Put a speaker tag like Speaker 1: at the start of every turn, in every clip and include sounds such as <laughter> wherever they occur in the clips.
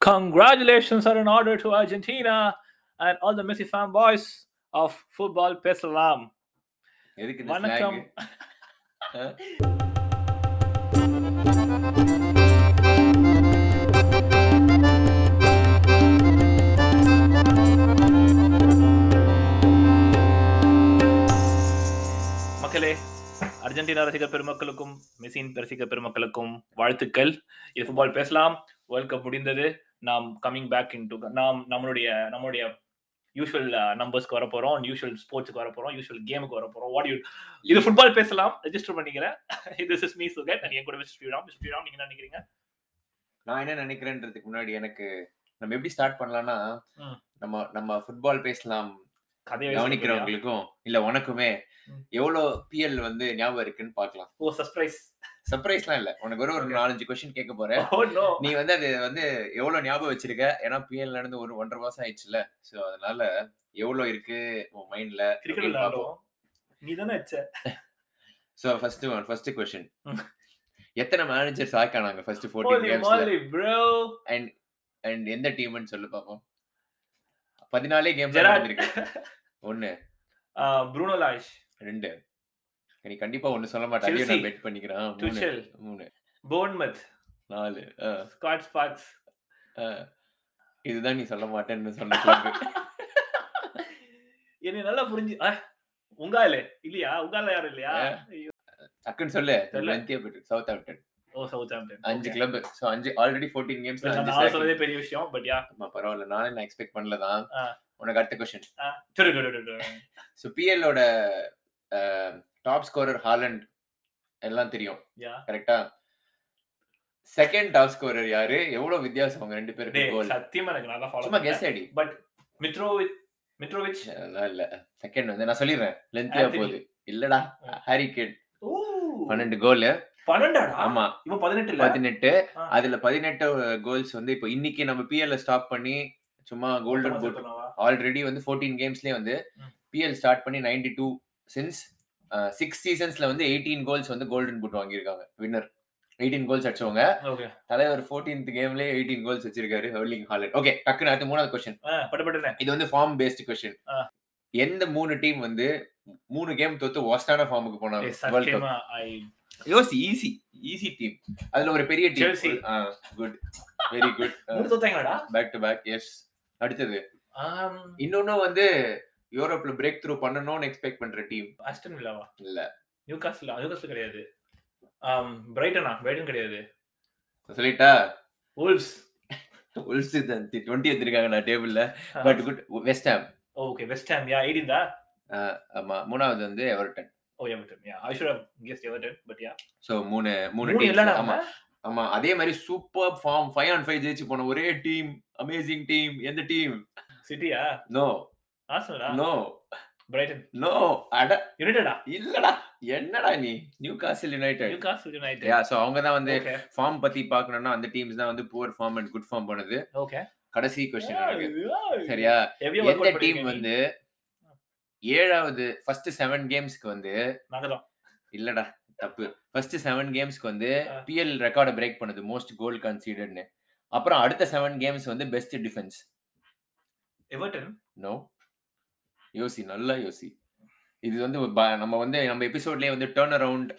Speaker 1: Congratulations are in order to Argentina and all the Messi fanboys of Football Pesalam.
Speaker 2: எதுக்கு இந்த
Speaker 1: வணக்கம்
Speaker 2: slang? ஆ?
Speaker 1: மக்களே அர்ஜென்டினா ரசிகர் பெருமக்களுக்கும் மெஸ்ஸின் ரசிகர் பெருமக்களுக்கும் வாழ்த்துக்கள் இது ஃபுட்பால் பேசலாம் வேர்ல்ட் கப் முடிந்தது நாம் கம்மிங் பேக் இன் நாம் நம்மளுடைய நம்மளுடைய uh, யூஷுவல் நம்பர்ஸ்க்கு வர போறோம் யூஷுவல் ஸ்போர்ட்ஸ்க்கு வர போறோம் யூஷுவல் கேமுக்கு வர போறோம் வாட் யூ இது ஃபுட்பால் பேசலாம் ரெஜிஸ்டர் <laughs> பண்ணிக்கிறேன் திஸ் இஸ் மீ சுகர் நான் என் கூட மிஸ்டர் ஸ்ரீராம் மிஸ்டர் ஸ்ரீராம் நீங்க என்ன நினைக்கிறீங்க
Speaker 2: நான் என்ன நினைக்கிறேன்றதுக்கு முன்னாடி எனக்கு நம்ம எப்படி ஸ்டார்ட் பண்ணலாம்னா
Speaker 1: ம்.
Speaker 2: நம்ம நம்ம ஃபுட்பால் பேசலாம்
Speaker 1: கதையை கவனிக்கிறவங்க
Speaker 2: கவனிக்கிறவங்களுக்கும் இல்ல உனக்குமே
Speaker 1: ம்.
Speaker 2: எவ்வளவு பிஎல் வந்து ஞாபகம் இருக்குன்னு பார்க்கலாம்
Speaker 1: ஓ <laughs> சர்ப்ரைஸ்
Speaker 2: சர்ப்ரைஸ்லாம் இல்ல உனக்கு ஒரு ஒரு
Speaker 1: Okay.
Speaker 2: நாலஞ்சு கொஸ்டின் கேட்க போறேன்
Speaker 1: ஓ நோ
Speaker 2: நீ வந்து அது வந்து எவ்வளவு ஞாபகம் வச்சிருக்க ஏன்னா பிஎல் நடந்து ஒரு ஒன்றரை மாசம் ஆயிடுச்சுல சோ அதனால எவ்வளவு இருக்கு உன் மைண்ட்ல
Speaker 1: கிரிக்கெட் விளையாடுவோம் நீ தானே அச்ச
Speaker 2: so first one first question எத்தனை மேனேஜர்ஸ் ஆக்கானாங்க ஃபர்ஸ்ட் ஃபோர்டீன்
Speaker 1: ஹோலி
Speaker 2: கேம்ஸ்ல
Speaker 1: மாலி ப்ரோ
Speaker 2: அண்ட் அண்ட் எந்த டீம்னு சொல்லு பாப்போம் பதினாலே கேம்
Speaker 1: Gerrard.
Speaker 2: நடந்திருக்கு ஒண்ணு
Speaker 1: ப்ரூனோ லாஷ்
Speaker 2: ரெண்டு நீ கண்டிப்பா ஒண்ணு சொல்ல மாட்டேன் அதையும் நான்
Speaker 1: Chelsea.
Speaker 2: பெட் பண்ணிக்கிறேன் ஆ, மூணு
Speaker 1: டுஷெல்
Speaker 2: மூணு
Speaker 1: போன்மத்
Speaker 2: நாலு ஆ,
Speaker 1: ஸ்காட் <laughs> ஸ்பார்க்ஸ்
Speaker 2: ஆ. இதுதான் நீ சொல்ல மாட்டேன்னு சொன்ன
Speaker 1: <laughs>
Speaker 2: club.
Speaker 1: என்னை நல்லா புரிஞ்சு ஆ, உங்காலே இல்லையா உங்கால யாரும் இல்லையா
Speaker 2: ஆ. டக்குன்னு சொல்லு
Speaker 1: தெரியல.
Speaker 2: லென்த்தியா போயிட்டு Southampton
Speaker 1: oh Southampton
Speaker 2: அஞ்சு கிளப் சோ அஞ்சு ஆல்ரெடி ஃபோர்டீன் கேம்ஸ்
Speaker 1: நான் சொல்றதே பெரிய விஷயம் பட் யா
Speaker 2: ஆமா பரவாயில்ல நானே நான் எக்ஸ்பெக்ட் பண்ணலதான்
Speaker 1: ஆ.
Speaker 2: உனக்கு அடுத்த கொஸ்டின்
Speaker 1: சரி சரி, சரி, சரி.
Speaker 2: ஸோ பிஎல்லோட டாப் ஸ்கோரர் ஹாலண்ட் எல்லாம் தெரியும்
Speaker 1: யா
Speaker 2: கரெக்டா செகண்ட் டாப் ஸ்கோரர் யாரு எவ்வளவு வித்தியாசம் அவங்க ரெண்டு பேருக்கு
Speaker 1: டேய்,
Speaker 2: கோல்
Speaker 1: சத்தியமா எனக்கு நல்லா ஃபாலோ
Speaker 2: சும்மா கெஸ் அடி
Speaker 1: பட் மித்ரோவிச் மித்ரோவிச்
Speaker 2: அதெல்லாம் இல்ல செகண்ட் வந்து நான் சொல்லிடுறேன் லென்த்தியா
Speaker 1: Anthony.
Speaker 2: போகுது இல்லடா
Speaker 1: ஆ.
Speaker 2: ஹாரி கேட்
Speaker 1: ஓ
Speaker 2: பன்னெண்டு கோல்
Speaker 1: பன்னெண்டாடா
Speaker 2: ஆமா
Speaker 1: இவன் பதினெட்டு இல்ல
Speaker 2: பதினெட்டு
Speaker 1: ஆ.
Speaker 2: அதுல பதினெட்டு கோல்ஸ் வந்து இப்போ இன்னைக்கு நம்ம பிஎல்ல ஸ்டாப் பண்ணி சும்மா கோல்டன்
Speaker 1: மொத்தமா
Speaker 2: பூட்
Speaker 1: சொல்லவா?
Speaker 2: ஆல்ரெடி வந்து ஃபோர்டீன் கேம்ஸ்லயே வந்து
Speaker 1: ம்.
Speaker 2: பிஎல் ஸ்டார்ட் பண்ணி நைன்டி டூ சின்ஸ் சிக்ஸ் சீசன்ஸ்ல வந்து எயிட்டீன் கோல்ஸ் வந்து கோல்டன் பூட் வாங்கியிருக்காங்க வின்னர் எயிட்டீன் கோல்ஸ் அடிச்சவங்க
Speaker 1: Okay.
Speaker 2: தலைவர் ஃபோர்டீன்த் கேம்லயே எயிட்டீன் கோல்ஸ் வச்சிருக்காரு ஹர்லிங் ஹாலண்ட் ஓகே டக்குன்னு அடுத்து மூணாவது கொஸ்டின்
Speaker 1: ஆ, பட்டு பட்டுன்னு.
Speaker 2: இது வந்து ஃபார்ம் பேஸ்ட் கொஸ்டின்
Speaker 1: ஆ.
Speaker 2: எந்த மூணு டீம் வந்து மூணு கேம் தோத்து ஒஸ்டான ஃபார்முக்கு போனாங்க
Speaker 1: ஏய்,
Speaker 2: வேர்ல்ட் கப்
Speaker 1: சத்தியமா, I
Speaker 2: யோசி ஈஸி ஈஸி டீம் அதுல ஒரு பெரிய
Speaker 1: Chelsea.
Speaker 2: Team good very good
Speaker 1: மூணு தோத்தாங்களாடா?
Speaker 2: பேக் டு பேக் எஸ் அடுத்தது
Speaker 1: ஆம்,
Speaker 2: இன்னொன்னு வந்து யூரோப்ல பிரேக் த்ரூ பண்ணணும்னு எக்ஸ்பெக்ட் பண்ற டீம்
Speaker 1: Aston Villaவா?
Speaker 2: இல்ல
Speaker 1: Newcastle ஆ? Newcastle கிடையாது ஆம், Brighton ஆ? Brighton கிடையாது
Speaker 2: சொல்லிட்டா
Speaker 1: Wolves.
Speaker 2: உல்ஸ் டுவெண்ட்டி எடுத்திருக்காங்க நான் டேபிள்ல
Speaker 1: ஆ,
Speaker 2: but good West Ham
Speaker 1: oh, okay, West Ham. Yeah, 18 தா?
Speaker 2: ஆமா மூணாவது வந்து Everton
Speaker 1: Oh, Everton. Yeah, I should have guessed Everton, but yeah.
Speaker 2: So மூணு மூணு
Speaker 1: மூணு
Speaker 2: டீம்
Speaker 1: இல்லடா
Speaker 2: ஆமா
Speaker 1: அவங்க?
Speaker 2: ஆமா அதே மாதிரி super form five on five ஜெயிச்சு போன ஒரே டீம் அமேசிங் டீம் எந்த டீம்
Speaker 1: City ஆ?
Speaker 2: நோ
Speaker 1: Arsenal ஆ?
Speaker 2: No
Speaker 1: Brighton.
Speaker 2: நோ அட
Speaker 1: United ஆ?
Speaker 2: இல்லடா என்னடா நீ Newcastle United
Speaker 1: Newcastle United.
Speaker 2: Yeah so அவங்க தான் வந்து
Speaker 1: Okay,
Speaker 2: ஃபார்ம் பத்தி பார்க்கணும்னா அந்த டீம்ஸ் தான் வந்து poor form and good form பண்ணுது
Speaker 1: okay.
Speaker 2: கடைசி கொஸ்டின் எனக்கு
Speaker 1: Yeah, yeah.
Speaker 2: சரியா
Speaker 1: எவ்வளவு workout
Speaker 2: எந்த டீம்
Speaker 1: பண்ணிருக்கீங்க நீ?
Speaker 2: வந்து ஏழாவது ஃபர்ஸ்ட் செவன் கேம்ஸ்க்கு வந்து
Speaker 1: நாங்கதான்.
Speaker 2: இல்லடா தப்பு ஃபர்ஸ்ட் செவன் கேம்ஸ்க்கு வந்து
Speaker 1: ஆ.
Speaker 2: பிஎல் ரெக்கார்டை பிரேக் பண்ணுது மோஸ்ட் கோல் கன்சீடர்னு அப்புறம் அடுத்த செவன் கேம்ஸ் வந்து பெஸ்ட் டிஃபென்ஸ்
Speaker 1: Everton?
Speaker 2: நோ யோசி நல்லா யோசி இது வந்து ஒரு ப- நம்ம வந்து நம்ம எபிசோட்லயே வந்து டேர்ன் அரவுண்ட்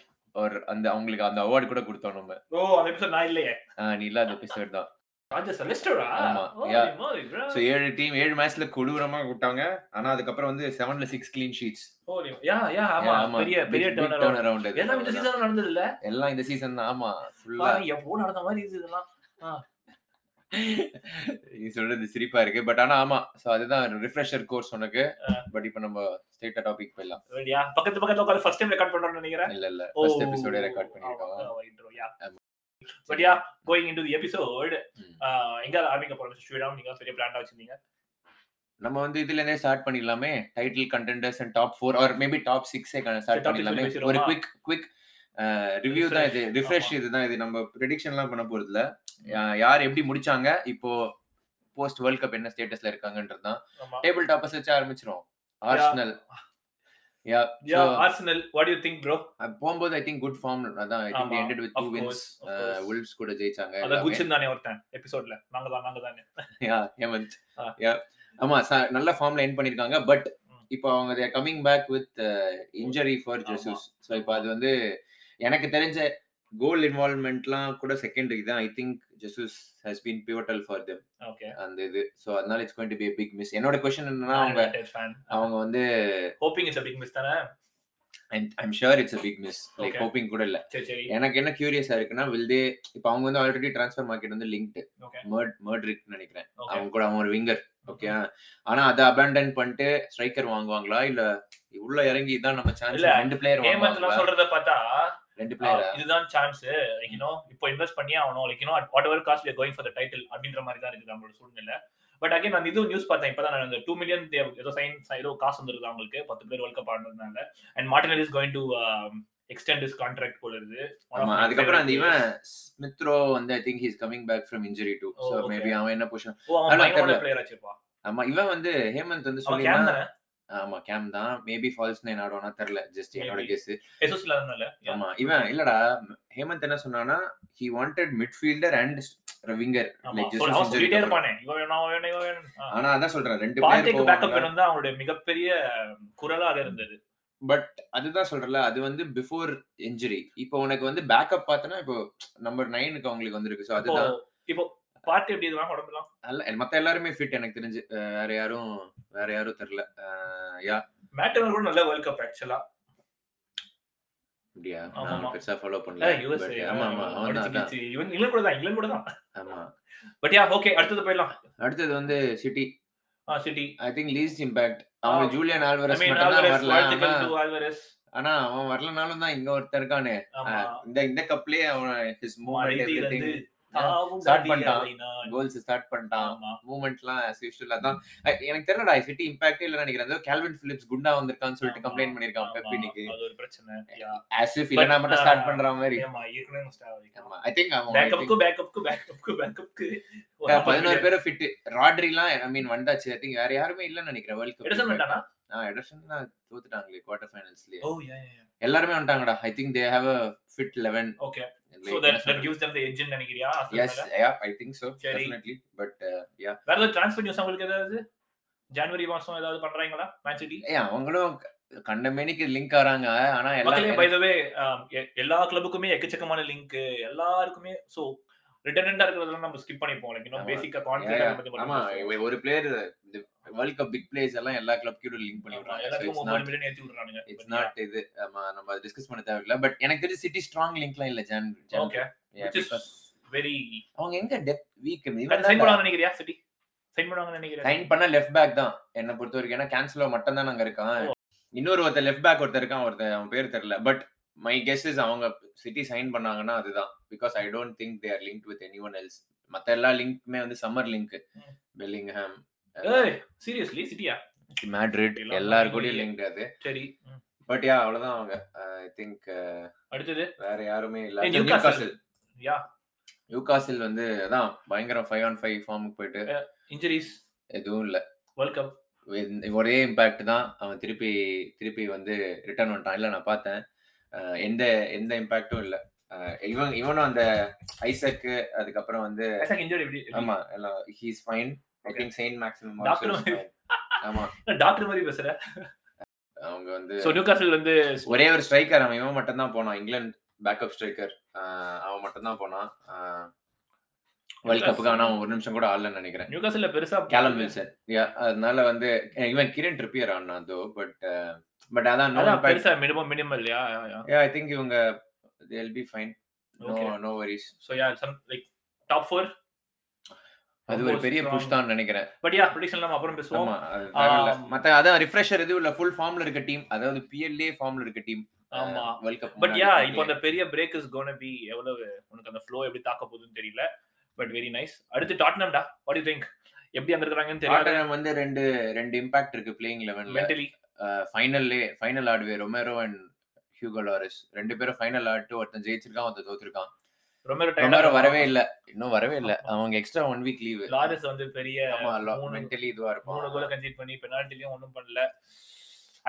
Speaker 2: ஒரு அந்த அவங்களுக்கு அந்த அவார்டு கூட கொடுத்தோம் நம்ம
Speaker 1: Oh, அந்த episode நான் இல்லையே.
Speaker 2: ஆ, நீ இல்லாத எபிசோட் தான்
Speaker 1: Rochester, Leicester ஆ?
Speaker 2: ஆமா,
Speaker 1: Holy
Speaker 2: yeah.
Speaker 1: moly, bro.
Speaker 2: So ஏழு டீம் ஏழு மேட்ச்ல கொடூரமா விட்டாங்க ஆனா அதுக்கப்புறம் வந்து செவன்ல six clean sheets
Speaker 1: Holy moly. Yeah, yeah, ஆமா. பெரிய- பெரிய turn around. எல்லாம் இந்த சீசன் நடந்தது இல்ல
Speaker 2: எல்லாம் இந்த சீசன் தான் ஆமா ஃபுல்லா
Speaker 1: பாருங்க எப்போ நடந்த மாதிரி இது இதெல்லாம்
Speaker 2: நீ சொல்றது சிரிப்பா இருக்கு பட் ஆனா ஆமா சோ அதுதான் ரிஃப்ரெஷர் கோர்ஸ் உனக்கு
Speaker 1: ஆ.
Speaker 2: பட் இப்போ நம்ம ஸ்ட்ரெயிட்டா டாபிக் போயிடலாம்
Speaker 1: சரியா? பக்கத்து பக்கத்துல உட்காந்து ஃபர்ஸ்ட் டைம் ரெக்கார்ட் பண்றோம்னு நினைக்கிறேன்
Speaker 2: இல்ல இல்ல
Speaker 1: ஓ,
Speaker 2: ஃபர்ஸ்ட் எபிசோடே ரெக்கார்ட்
Speaker 1: ஆமா,
Speaker 2: பண்ணிருக்கோம்
Speaker 1: our intro, yeah.
Speaker 2: ஆமா.
Speaker 1: But yeah, going into the episode,
Speaker 2: ம்.
Speaker 1: ஆஹ், எங்க ஆரம்பிக்க போறோம் Mr. ஸ்ரீராம் நீங்க பெரிய பிளான் வச்சிருந்தீங்க
Speaker 2: நம்ம வந்து இதுல இருந்தே ஸ்டார்ட் பண்ணிடலாமே title contenders and top four or maybe top சிக்ஸே
Speaker 1: சரி,
Speaker 2: ஸ்டார்ட்
Speaker 1: top
Speaker 2: பண்ணிடலாமே
Speaker 1: six
Speaker 2: ஒரு
Speaker 1: வச்சிருவோமா?
Speaker 2: குவிக் குவிக் ரிவ்யூ தான் இது ரிஃப்ரெஷ்
Speaker 1: ஆமா.
Speaker 2: இதுதான் இது நம்ம ப்ரெடிக்ஷன்லாம் பண்ண போறது இல்ல அஹ் யார் எப்படி முடிச்சாங்க இப்போ போஸ்ட் வேர்ல்ட் கப் என்ன ஸ்டேட்டஸ்ல இருக்காங்கன்றது தான்
Speaker 1: ஆமா
Speaker 2: டேபிள் டாப்பர்ஸ் வச்சு ஆரம்பிச்சிரும் Arsenal Yeah.
Speaker 1: Yeah,
Speaker 2: So-
Speaker 1: Arsenal. What do you think, bro?
Speaker 2: அஹ் போகும்போது ஐ திங்க் குட் ஃபார்ம் அதான் ஐ திங்க்
Speaker 1: ஆமா.
Speaker 2: ended with
Speaker 1: Of
Speaker 2: two wins Uh,
Speaker 1: course, of course.
Speaker 2: wolves கூட ஜெயிச்சாங்க
Speaker 1: அத
Speaker 2: எல்லாமே.
Speaker 1: குச்சின் தானே ஒருத்தன் எபிசோட்ல நாங்க தான் நாங்க தானே
Speaker 2: <laughs> Yeah, ஹேமந்த்
Speaker 1: ஆ.
Speaker 2: Yeah. ஆமா ச- நல்ல ஃபார்ம்ல எண்ட் பண்ணிருக்காங்க பட்
Speaker 1: ம்.
Speaker 2: இப்போ அவங்க தேர் coming back with injury for
Speaker 1: ஆமா.
Speaker 2: ஜெசூஸ் ஸோ இப்போ அது வந்து எனக்கு தெரிஞ்ச கோல் இன்வால்வ்மெண்ட்லாம் கூட செகண்டரி தான் I think Jesus has been pivotal for them
Speaker 1: okay
Speaker 2: அந்த இது ஸோ அதனால it's going to be big miss என்னோட கொஸ்டின் என்னன்னா அவங்க
Speaker 1: ஃபேன்
Speaker 2: அவங்க வந்து
Speaker 1: hoping is a big miss தானே
Speaker 2: I'm sure it's a big miss like
Speaker 1: Okay.
Speaker 2: Hoping கூட இல்ல
Speaker 1: சரி சரி
Speaker 2: எனக்கு என்ன கியூரியஸா இருக்குன்னா will they இப்போ அவங்க வந்து ஆல்ரெடி ட்ரான்ஸ்ஃபர் மார்க்கெட் வந்து லிங்க்டு
Speaker 1: Okay.
Speaker 2: மர்ட்ரிக் நினைக்கிறேன்
Speaker 1: ஓகே
Speaker 2: அவங்க கூட அவன் ஒரு விங்கர் ஓகே ஆனா அதை அபேண்டன் பண்ணிட்டு ஸ்ட்ரைக்கர் வாங்குவாங்களா இல்ல உள்ள இறங்கி இதான் நம்ம சான்ஸ்
Speaker 1: இல்ல,
Speaker 2: ரெண்டு பிளேயர்
Speaker 1: ஹேமந்த்லாம்
Speaker 2: வாங்குவாங்களா
Speaker 1: சொல்றத பார்த்தா
Speaker 2: ரெண்டு
Speaker 1: ஆ,
Speaker 2: பிளேயர்
Speaker 1: இதுதான் சான்ஸ் லைக் யூனோ இப்போ இன்வெஸ்ட் பண்ணி ஆகணும் like you know whatever cost we going for the title அப்படின்ற மாதிரி தான் இருக்குது நம்மளோட சூழ்நிலை பட் அகைன் நான் இதுவும் நியூஸ் பார்த்தேன் இப்பதான் நான் இந்த டூ மில்லியன் ஏதோ சைன் ஏதோ காசு வந்துருக்கு அவங்களுக்கு பத்து பேர் வேர்ல்ட் கப் ஆடுறதுனால and Martinelli is going to extend is contract போல இருக்கு One of
Speaker 2: ஆமா
Speaker 1: my
Speaker 2: அதுக்கப்புறம் அந்த
Speaker 1: favorite
Speaker 2: இவன் ஸ்மித்ரோ வந்து I think his coming back from injury too
Speaker 1: Oh,
Speaker 2: so
Speaker 1: okay.
Speaker 2: Maybe அவன் என்ன பொசிஷன்
Speaker 1: players. ஓ அவன்
Speaker 2: நல்லா
Speaker 1: பயங்கரமான
Speaker 2: தெரியல.
Speaker 1: பிளேயர் ஆச்சுப்பா
Speaker 2: ஆமா இவன் வந்து ஹேமந்த் வந்து
Speaker 1: அவன் கேம்
Speaker 2: சொல்லினா
Speaker 1: தானே
Speaker 2: ஆமா கேம் தான் மேபி ஃபால்ஸ் நைன் ஆடுவானா தெரியல ஜஸ்ட் என்னோட
Speaker 1: Maybe.
Speaker 2: கேஸ்
Speaker 1: எசோஸ் இல்லாதனால
Speaker 2: ஆமா இவன் இல்லடா ஹேமந்த் என்ன சொன்னானா he wanted midfielder and winger
Speaker 1: ஆமா
Speaker 2: லைக்
Speaker 1: சொல்ல- அவன் சொல்லிட்டே
Speaker 2: ஜெசஸ்
Speaker 1: இருப்பானே இவன் வேணும் அவன் வேணும் இவன் வேணும் ஆ.
Speaker 2: ஆனா அதான் சொல்றேன் ரெண்டு
Speaker 1: பாண்டேக்கு பேக்கப்
Speaker 2: பேர்
Speaker 1: வேணும் தான் அவனுடைய மிகப்பெரிய குரலாக இருந்தது
Speaker 2: பட் அதுதான் சொல்றல அது வந்து பிஃபோர் இன்ஜுரி இப்போ உனக்கு வந்து பேக்கப் பார்த்தனா இப்போ நம்பர் நைனுக்கு அவங்களுக்கு வந்திருக்கு சோ
Speaker 1: இப்போ
Speaker 2: அதுதான்
Speaker 1: இப்போ பார்ட்டி எப்படி இதுவாங்க உடம்புலாம்
Speaker 2: அல்ல மத்த எல்லாருமே ஃபிட் எனக்கு தெரிஞ்சு அஹ் வேற யாரும் வேற யாரும் தெரியல யா
Speaker 1: மேட்டர் கூட நல்ல வேர்ல்ட் கப் ஆக்சுவலா
Speaker 2: அப்படியா
Speaker 1: ஆமா,
Speaker 2: நான்
Speaker 1: ஆமா.
Speaker 2: பெருசா ஃபாலோ பண்ணல
Speaker 1: யூஎஸ்
Speaker 2: But ஆமா ஆமா
Speaker 1: uh,
Speaker 2: அவன் தான், அதான்.
Speaker 1: இங்கிலாந்து கூட தான் இங்கிலாந்து கூட தான்
Speaker 2: ஆமா
Speaker 1: பட் யா ஓகே அடுத்தது போயிடலாம் Uh,
Speaker 2: அடுத்தது வந்து city
Speaker 1: city
Speaker 2: I think least impact அவங்க
Speaker 1: ஆ.
Speaker 2: ஜூலியன்
Speaker 1: ஐ
Speaker 2: ஆல்வரஸ்
Speaker 1: மீன்
Speaker 2: மட்டும் தான்
Speaker 1: ஆல்வரஸ்
Speaker 2: வரல ஆனா
Speaker 1: வாழ்த்துக்கள் டு ஆல்வரஸ்
Speaker 2: ஆனா அவன் வரலனாலும் தான் இங்க ஒருத்தன் இருக்கானே
Speaker 1: ஆமா
Speaker 2: ஆ, இந்த இந்த கப்லயே அவன் ஹிஸ் மூவ்மெண்ட்
Speaker 1: மழையில்
Speaker 2: எவ்ரிதிங்
Speaker 1: இருந்து தாவும்
Speaker 2: Start
Speaker 1: தாடி
Speaker 2: பண்ணிட்டான்.
Speaker 1: அலை நான்.
Speaker 2: கோல்ஸ் ஸ்டார்ட் பண்ணிட்டான்
Speaker 1: ஆமா
Speaker 2: மூமெண்ட்லாம் ஆஸ் யூஸ்வல் அதான் அஹ் எனக்கு தெரியலடா சிட்டி இம்பாக்டே இல்ல நினைக்கிறேன் ஏதோ கேல்வின் பிலிப்ஸ் குண்டா வந்திருக்கான்னு சொல்லிட்டு
Speaker 1: ஆமா,
Speaker 2: கம்ப்ளைண்ட் பண்ணிருக்கான்
Speaker 1: ஆமா,
Speaker 2: பெப்பினிக்கு
Speaker 1: அது ஒரு பிரச்சனை யா
Speaker 2: ஆஸ் இஃப் இல்லனா
Speaker 1: But,
Speaker 2: மட்டும்
Speaker 1: ஆ,
Speaker 2: ஸ்டார்ட் பண்ற மாதிரி
Speaker 1: ஏமா ஏற்கனவே ஸ்டார் ஆகிட்டான்
Speaker 2: ஆமா ஐ திங்க் அவன்
Speaker 1: பேக்கப்புக்கு பேக்கப்புக்கு பேக்கப்புக்கு பேக்கப்புக்கு
Speaker 2: பதினோரு பேரும் ஃபிட் ராட்ரிலாம் ஐ மீன் வந்தாச்சு ஐ திங்க் வேற யாருமே இல்லன்னு நினைக்கிறேன் வேர்ல்ட்
Speaker 1: எடிசன்
Speaker 2: கப்
Speaker 1: வந்தானா
Speaker 2: ஆ எடர்சன் தோத்துட்டாங்களே குவார்டர் ஃபைனல்ஸ்லயே
Speaker 1: ஓ யா யா
Speaker 2: எல்லாருமே வந்துட்டாங்கடா I think they have a fit 11
Speaker 1: okay so that that gives them the edge நினைக்கிறியா
Speaker 2: எஸ்
Speaker 1: அசல்
Speaker 2: யா ஐ திங்க் சோ
Speaker 1: சரி.
Speaker 2: டெஃபினெட்லி பட் யா
Speaker 1: வேற ஏதாவது ட்ரான்ஸ்ஃபர் நியூஸ் உங்களுக்கு ஏதாவது ஜனவரி மாசம் ஏதாவது பண்றாங்களா மேன் சிட்டி
Speaker 2: ஏய் அவங்களும் கண்டமேனிக்கு லிங்க் ஆறாங்க ஆனா
Speaker 1: மக்களே
Speaker 2: எல்லாம்
Speaker 1: பை த வே um, எல்லா கிளப்புக்குமே எக்கச்சக்கமான லிங்க் எல்லாருக்குமே சோ ரிடண்டண்டா இருக்கிறதெல்லாம் நம்ம ஸ்கிப் பண்ணிப்போம் லைக் இன்னும்
Speaker 2: ஆமா.
Speaker 1: பேசிக்கா
Speaker 2: Yeah, yeah.
Speaker 1: கான்செப்ட் பத்தி
Speaker 2: ஆமா
Speaker 1: மட்டும் பேசுவோம்.
Speaker 2: இவ- ஒரு பிளேயர் இந்த வேர்ல்ட் கப் பிக் பிளேஸ் எல்லாம் எல்லா கிளப் கூட லிங்க் பண்ணி
Speaker 1: ஆமா,
Speaker 2: விடுறாங்க
Speaker 1: எல்லாத்துக்கும்
Speaker 2: இட்ஸ்
Speaker 1: ஒவ்வொரு
Speaker 2: நாட்
Speaker 1: மில்லியன் ஏத்தி விடுறானுங்க
Speaker 2: இட்ஸ் நாட் இது ஆமா நம்ம டிஸ்கஸ் பண்ண தேவையில்ல பட் எனக்கு தெரிஞ்சு சிட்டி ஸ்ட்ராங் லிங்க்லாம் இல்ல John John
Speaker 1: okay which is very
Speaker 2: அவங்க எங்க டெப் வீக்
Speaker 1: சைன் பண்ணுவாங்க நினைக்கிறியா சிட்டி சைன் பண்ணுவாங்க நினைக்கிறேன்
Speaker 2: சைன் பண்ண லெஃப்ட் பேக் தான் என்ன பொறுத்த வரைக்கும் ஏன்னா கேன்சலோ மட்டும் தான் நாங்க இருக்கான் இன்னொரு ஒருத்தர் லெஃப்ட் பேக் ஒருத்தர் இருக்கான் ஒருத்தர் அவன் பேர் தெரியல பட் மை கெஸ் இஸ் அவங்க சிட்டி சைன் பண்ணாங்கன்னா அதுதான் because I don't think they are link with anyone else மத்த எல்லா லிங்க்குமே வந்து சம்மர் லிங்க்
Speaker 1: ம்.
Speaker 2: பெல்லிங்ஹாம்
Speaker 1: ஏய் சீரியஸ்லி சிட்டியா
Speaker 2: மேட்ரிட்
Speaker 1: எல்லாம்
Speaker 2: எல்லார்
Speaker 1: பண்ணி
Speaker 2: கூடயும் லிங்க் அது
Speaker 1: சரி ம்.
Speaker 2: பட் யா அவ்வளவுதான் அவங்க ஐ திங்க்
Speaker 1: அடுத்தது
Speaker 2: வேற யாருமே இல்ல
Speaker 1: ஏய்,
Speaker 2: நியூகாசில்
Speaker 1: நியூகாசில். யா
Speaker 2: நியூகாசில் வந்து அதான் பயங்கர ஃபைவ் ஆன் ஃபைவ் ஃபார்முக்கு போயிட்டு
Speaker 1: இன்ஜுரிஸ்
Speaker 2: எதுவும் இல்ல
Speaker 1: வேர்ல்ட் கப்
Speaker 2: வெ- ஒரே இம்பாக்ட் தான் அவன் திருப்பி திருப்பி வந்து ரிட்டர்ன் வந்துட்டான் இல்ல நான் பார்த்தேன் அஹ் எந்த எந்த இம்பாக்டும் இல்ல அஹ் இவன் இவனும் அந்த ஐசக்கு அதுக்கப்புறம் வந்து
Speaker 1: இன்ஜுரி
Speaker 2: ஆமா எல்லாம் he's fine I
Speaker 1: Okay.
Speaker 2: Think chain maximum
Speaker 1: Doctor
Speaker 2: ஆமா
Speaker 1: டாக்டர் மாதிரி பேசுற
Speaker 2: அவங்க வந்து
Speaker 1: சோ நியூகாசில் வந்து
Speaker 2: ஒரே ஒரு ஸ்ட்ரைக்கர் அவன் இவன் மட்டும் தான் போனான் இங்கிலாந்து பேக்கப் ஸ்ட்ரைக்கர் அவன் மட்டும் தான் போனான் வேர்ல்ட் கப்புக்கு ஆனா அவன் ஒரு நிமிஷம் கூட ஆடலன்னு நினைக்கிறேன்
Speaker 1: நியூகாசில்ல பெருசா
Speaker 2: கேலம் வில்சன் யா அதனால வந்து இவன் கிரண் ட்ரிப்பியர் ஆனா தோ பட் பட் அதான் நோ
Speaker 1: அதான் பெருசா minimum minimal yeah
Speaker 2: yeah I think இவங்க they'll be fine no
Speaker 1: Okay.
Speaker 2: No worries
Speaker 1: so yeah some like top 4
Speaker 2: அது ஒரு பெரிய புஷ் தான் நினைக்கிறேன்
Speaker 1: பட் யா ப்ரெடிக்ஷன் நம்ம அப்புறம் பேசுவோம்
Speaker 2: ஆமா அது தேவையில்ல.
Speaker 1: ஆம்.
Speaker 2: மத்த அதான் ரிஃப்ரெஷர் இது இல்ல ஃபுல் ஃபார்ம்ல இருக்க டீம் அதாவது பிஎல்ஏ ஃபார்ம்ல இருக்க டீம்
Speaker 1: ஆமா
Speaker 2: வேர்ல்ட் கப்
Speaker 1: பட் யா இப்போ அந்த பெரிய பிரேக் இஸ் கோன பி எவ்வளவு உனக்கு அந்த ஃப்ளோ எப்படி தாக்க போகுதுன்னு தெரியல பட் வெரி நைஸ் அடுத்து டாட்னம் டா வாட் யூ திங்க் எப்படி அங்க இருக்காங்கன்னு தெரியல
Speaker 2: டாட்டனம் வந்து ரெண்டு ரெண்டு இம்பாக்ட் இருக்கு பிளேயிங் லெவன்ல
Speaker 1: மென்டலி
Speaker 2: ஃபைனல்லே ஃபைனல் ஆடுவே ரொமேரோ அண்ட் ஹியூகோ லாரஸ் ரெண்டு பேரும் ஃபைனல் ஆட்டு ஒருத்தன் ஜெயிச்சிருக்கான் ஒருத்தன் தோத்துருக்கான்
Speaker 1: ரொம்ப
Speaker 2: ரொமேரோ வரவே இல்ல இன்னும் வரவே இல்ல அவங்க extra one week leave
Speaker 1: Lloris வந்து பெரிய
Speaker 2: ஆமா
Speaker 1: மூணு-
Speaker 2: மென்டலி இதுவா
Speaker 1: மூணு கோல
Speaker 2: இருப்பான்
Speaker 1: கன்சீட் பண்ணி பெனால்ட்டிலயும் ஒண்ணும் பண்ணல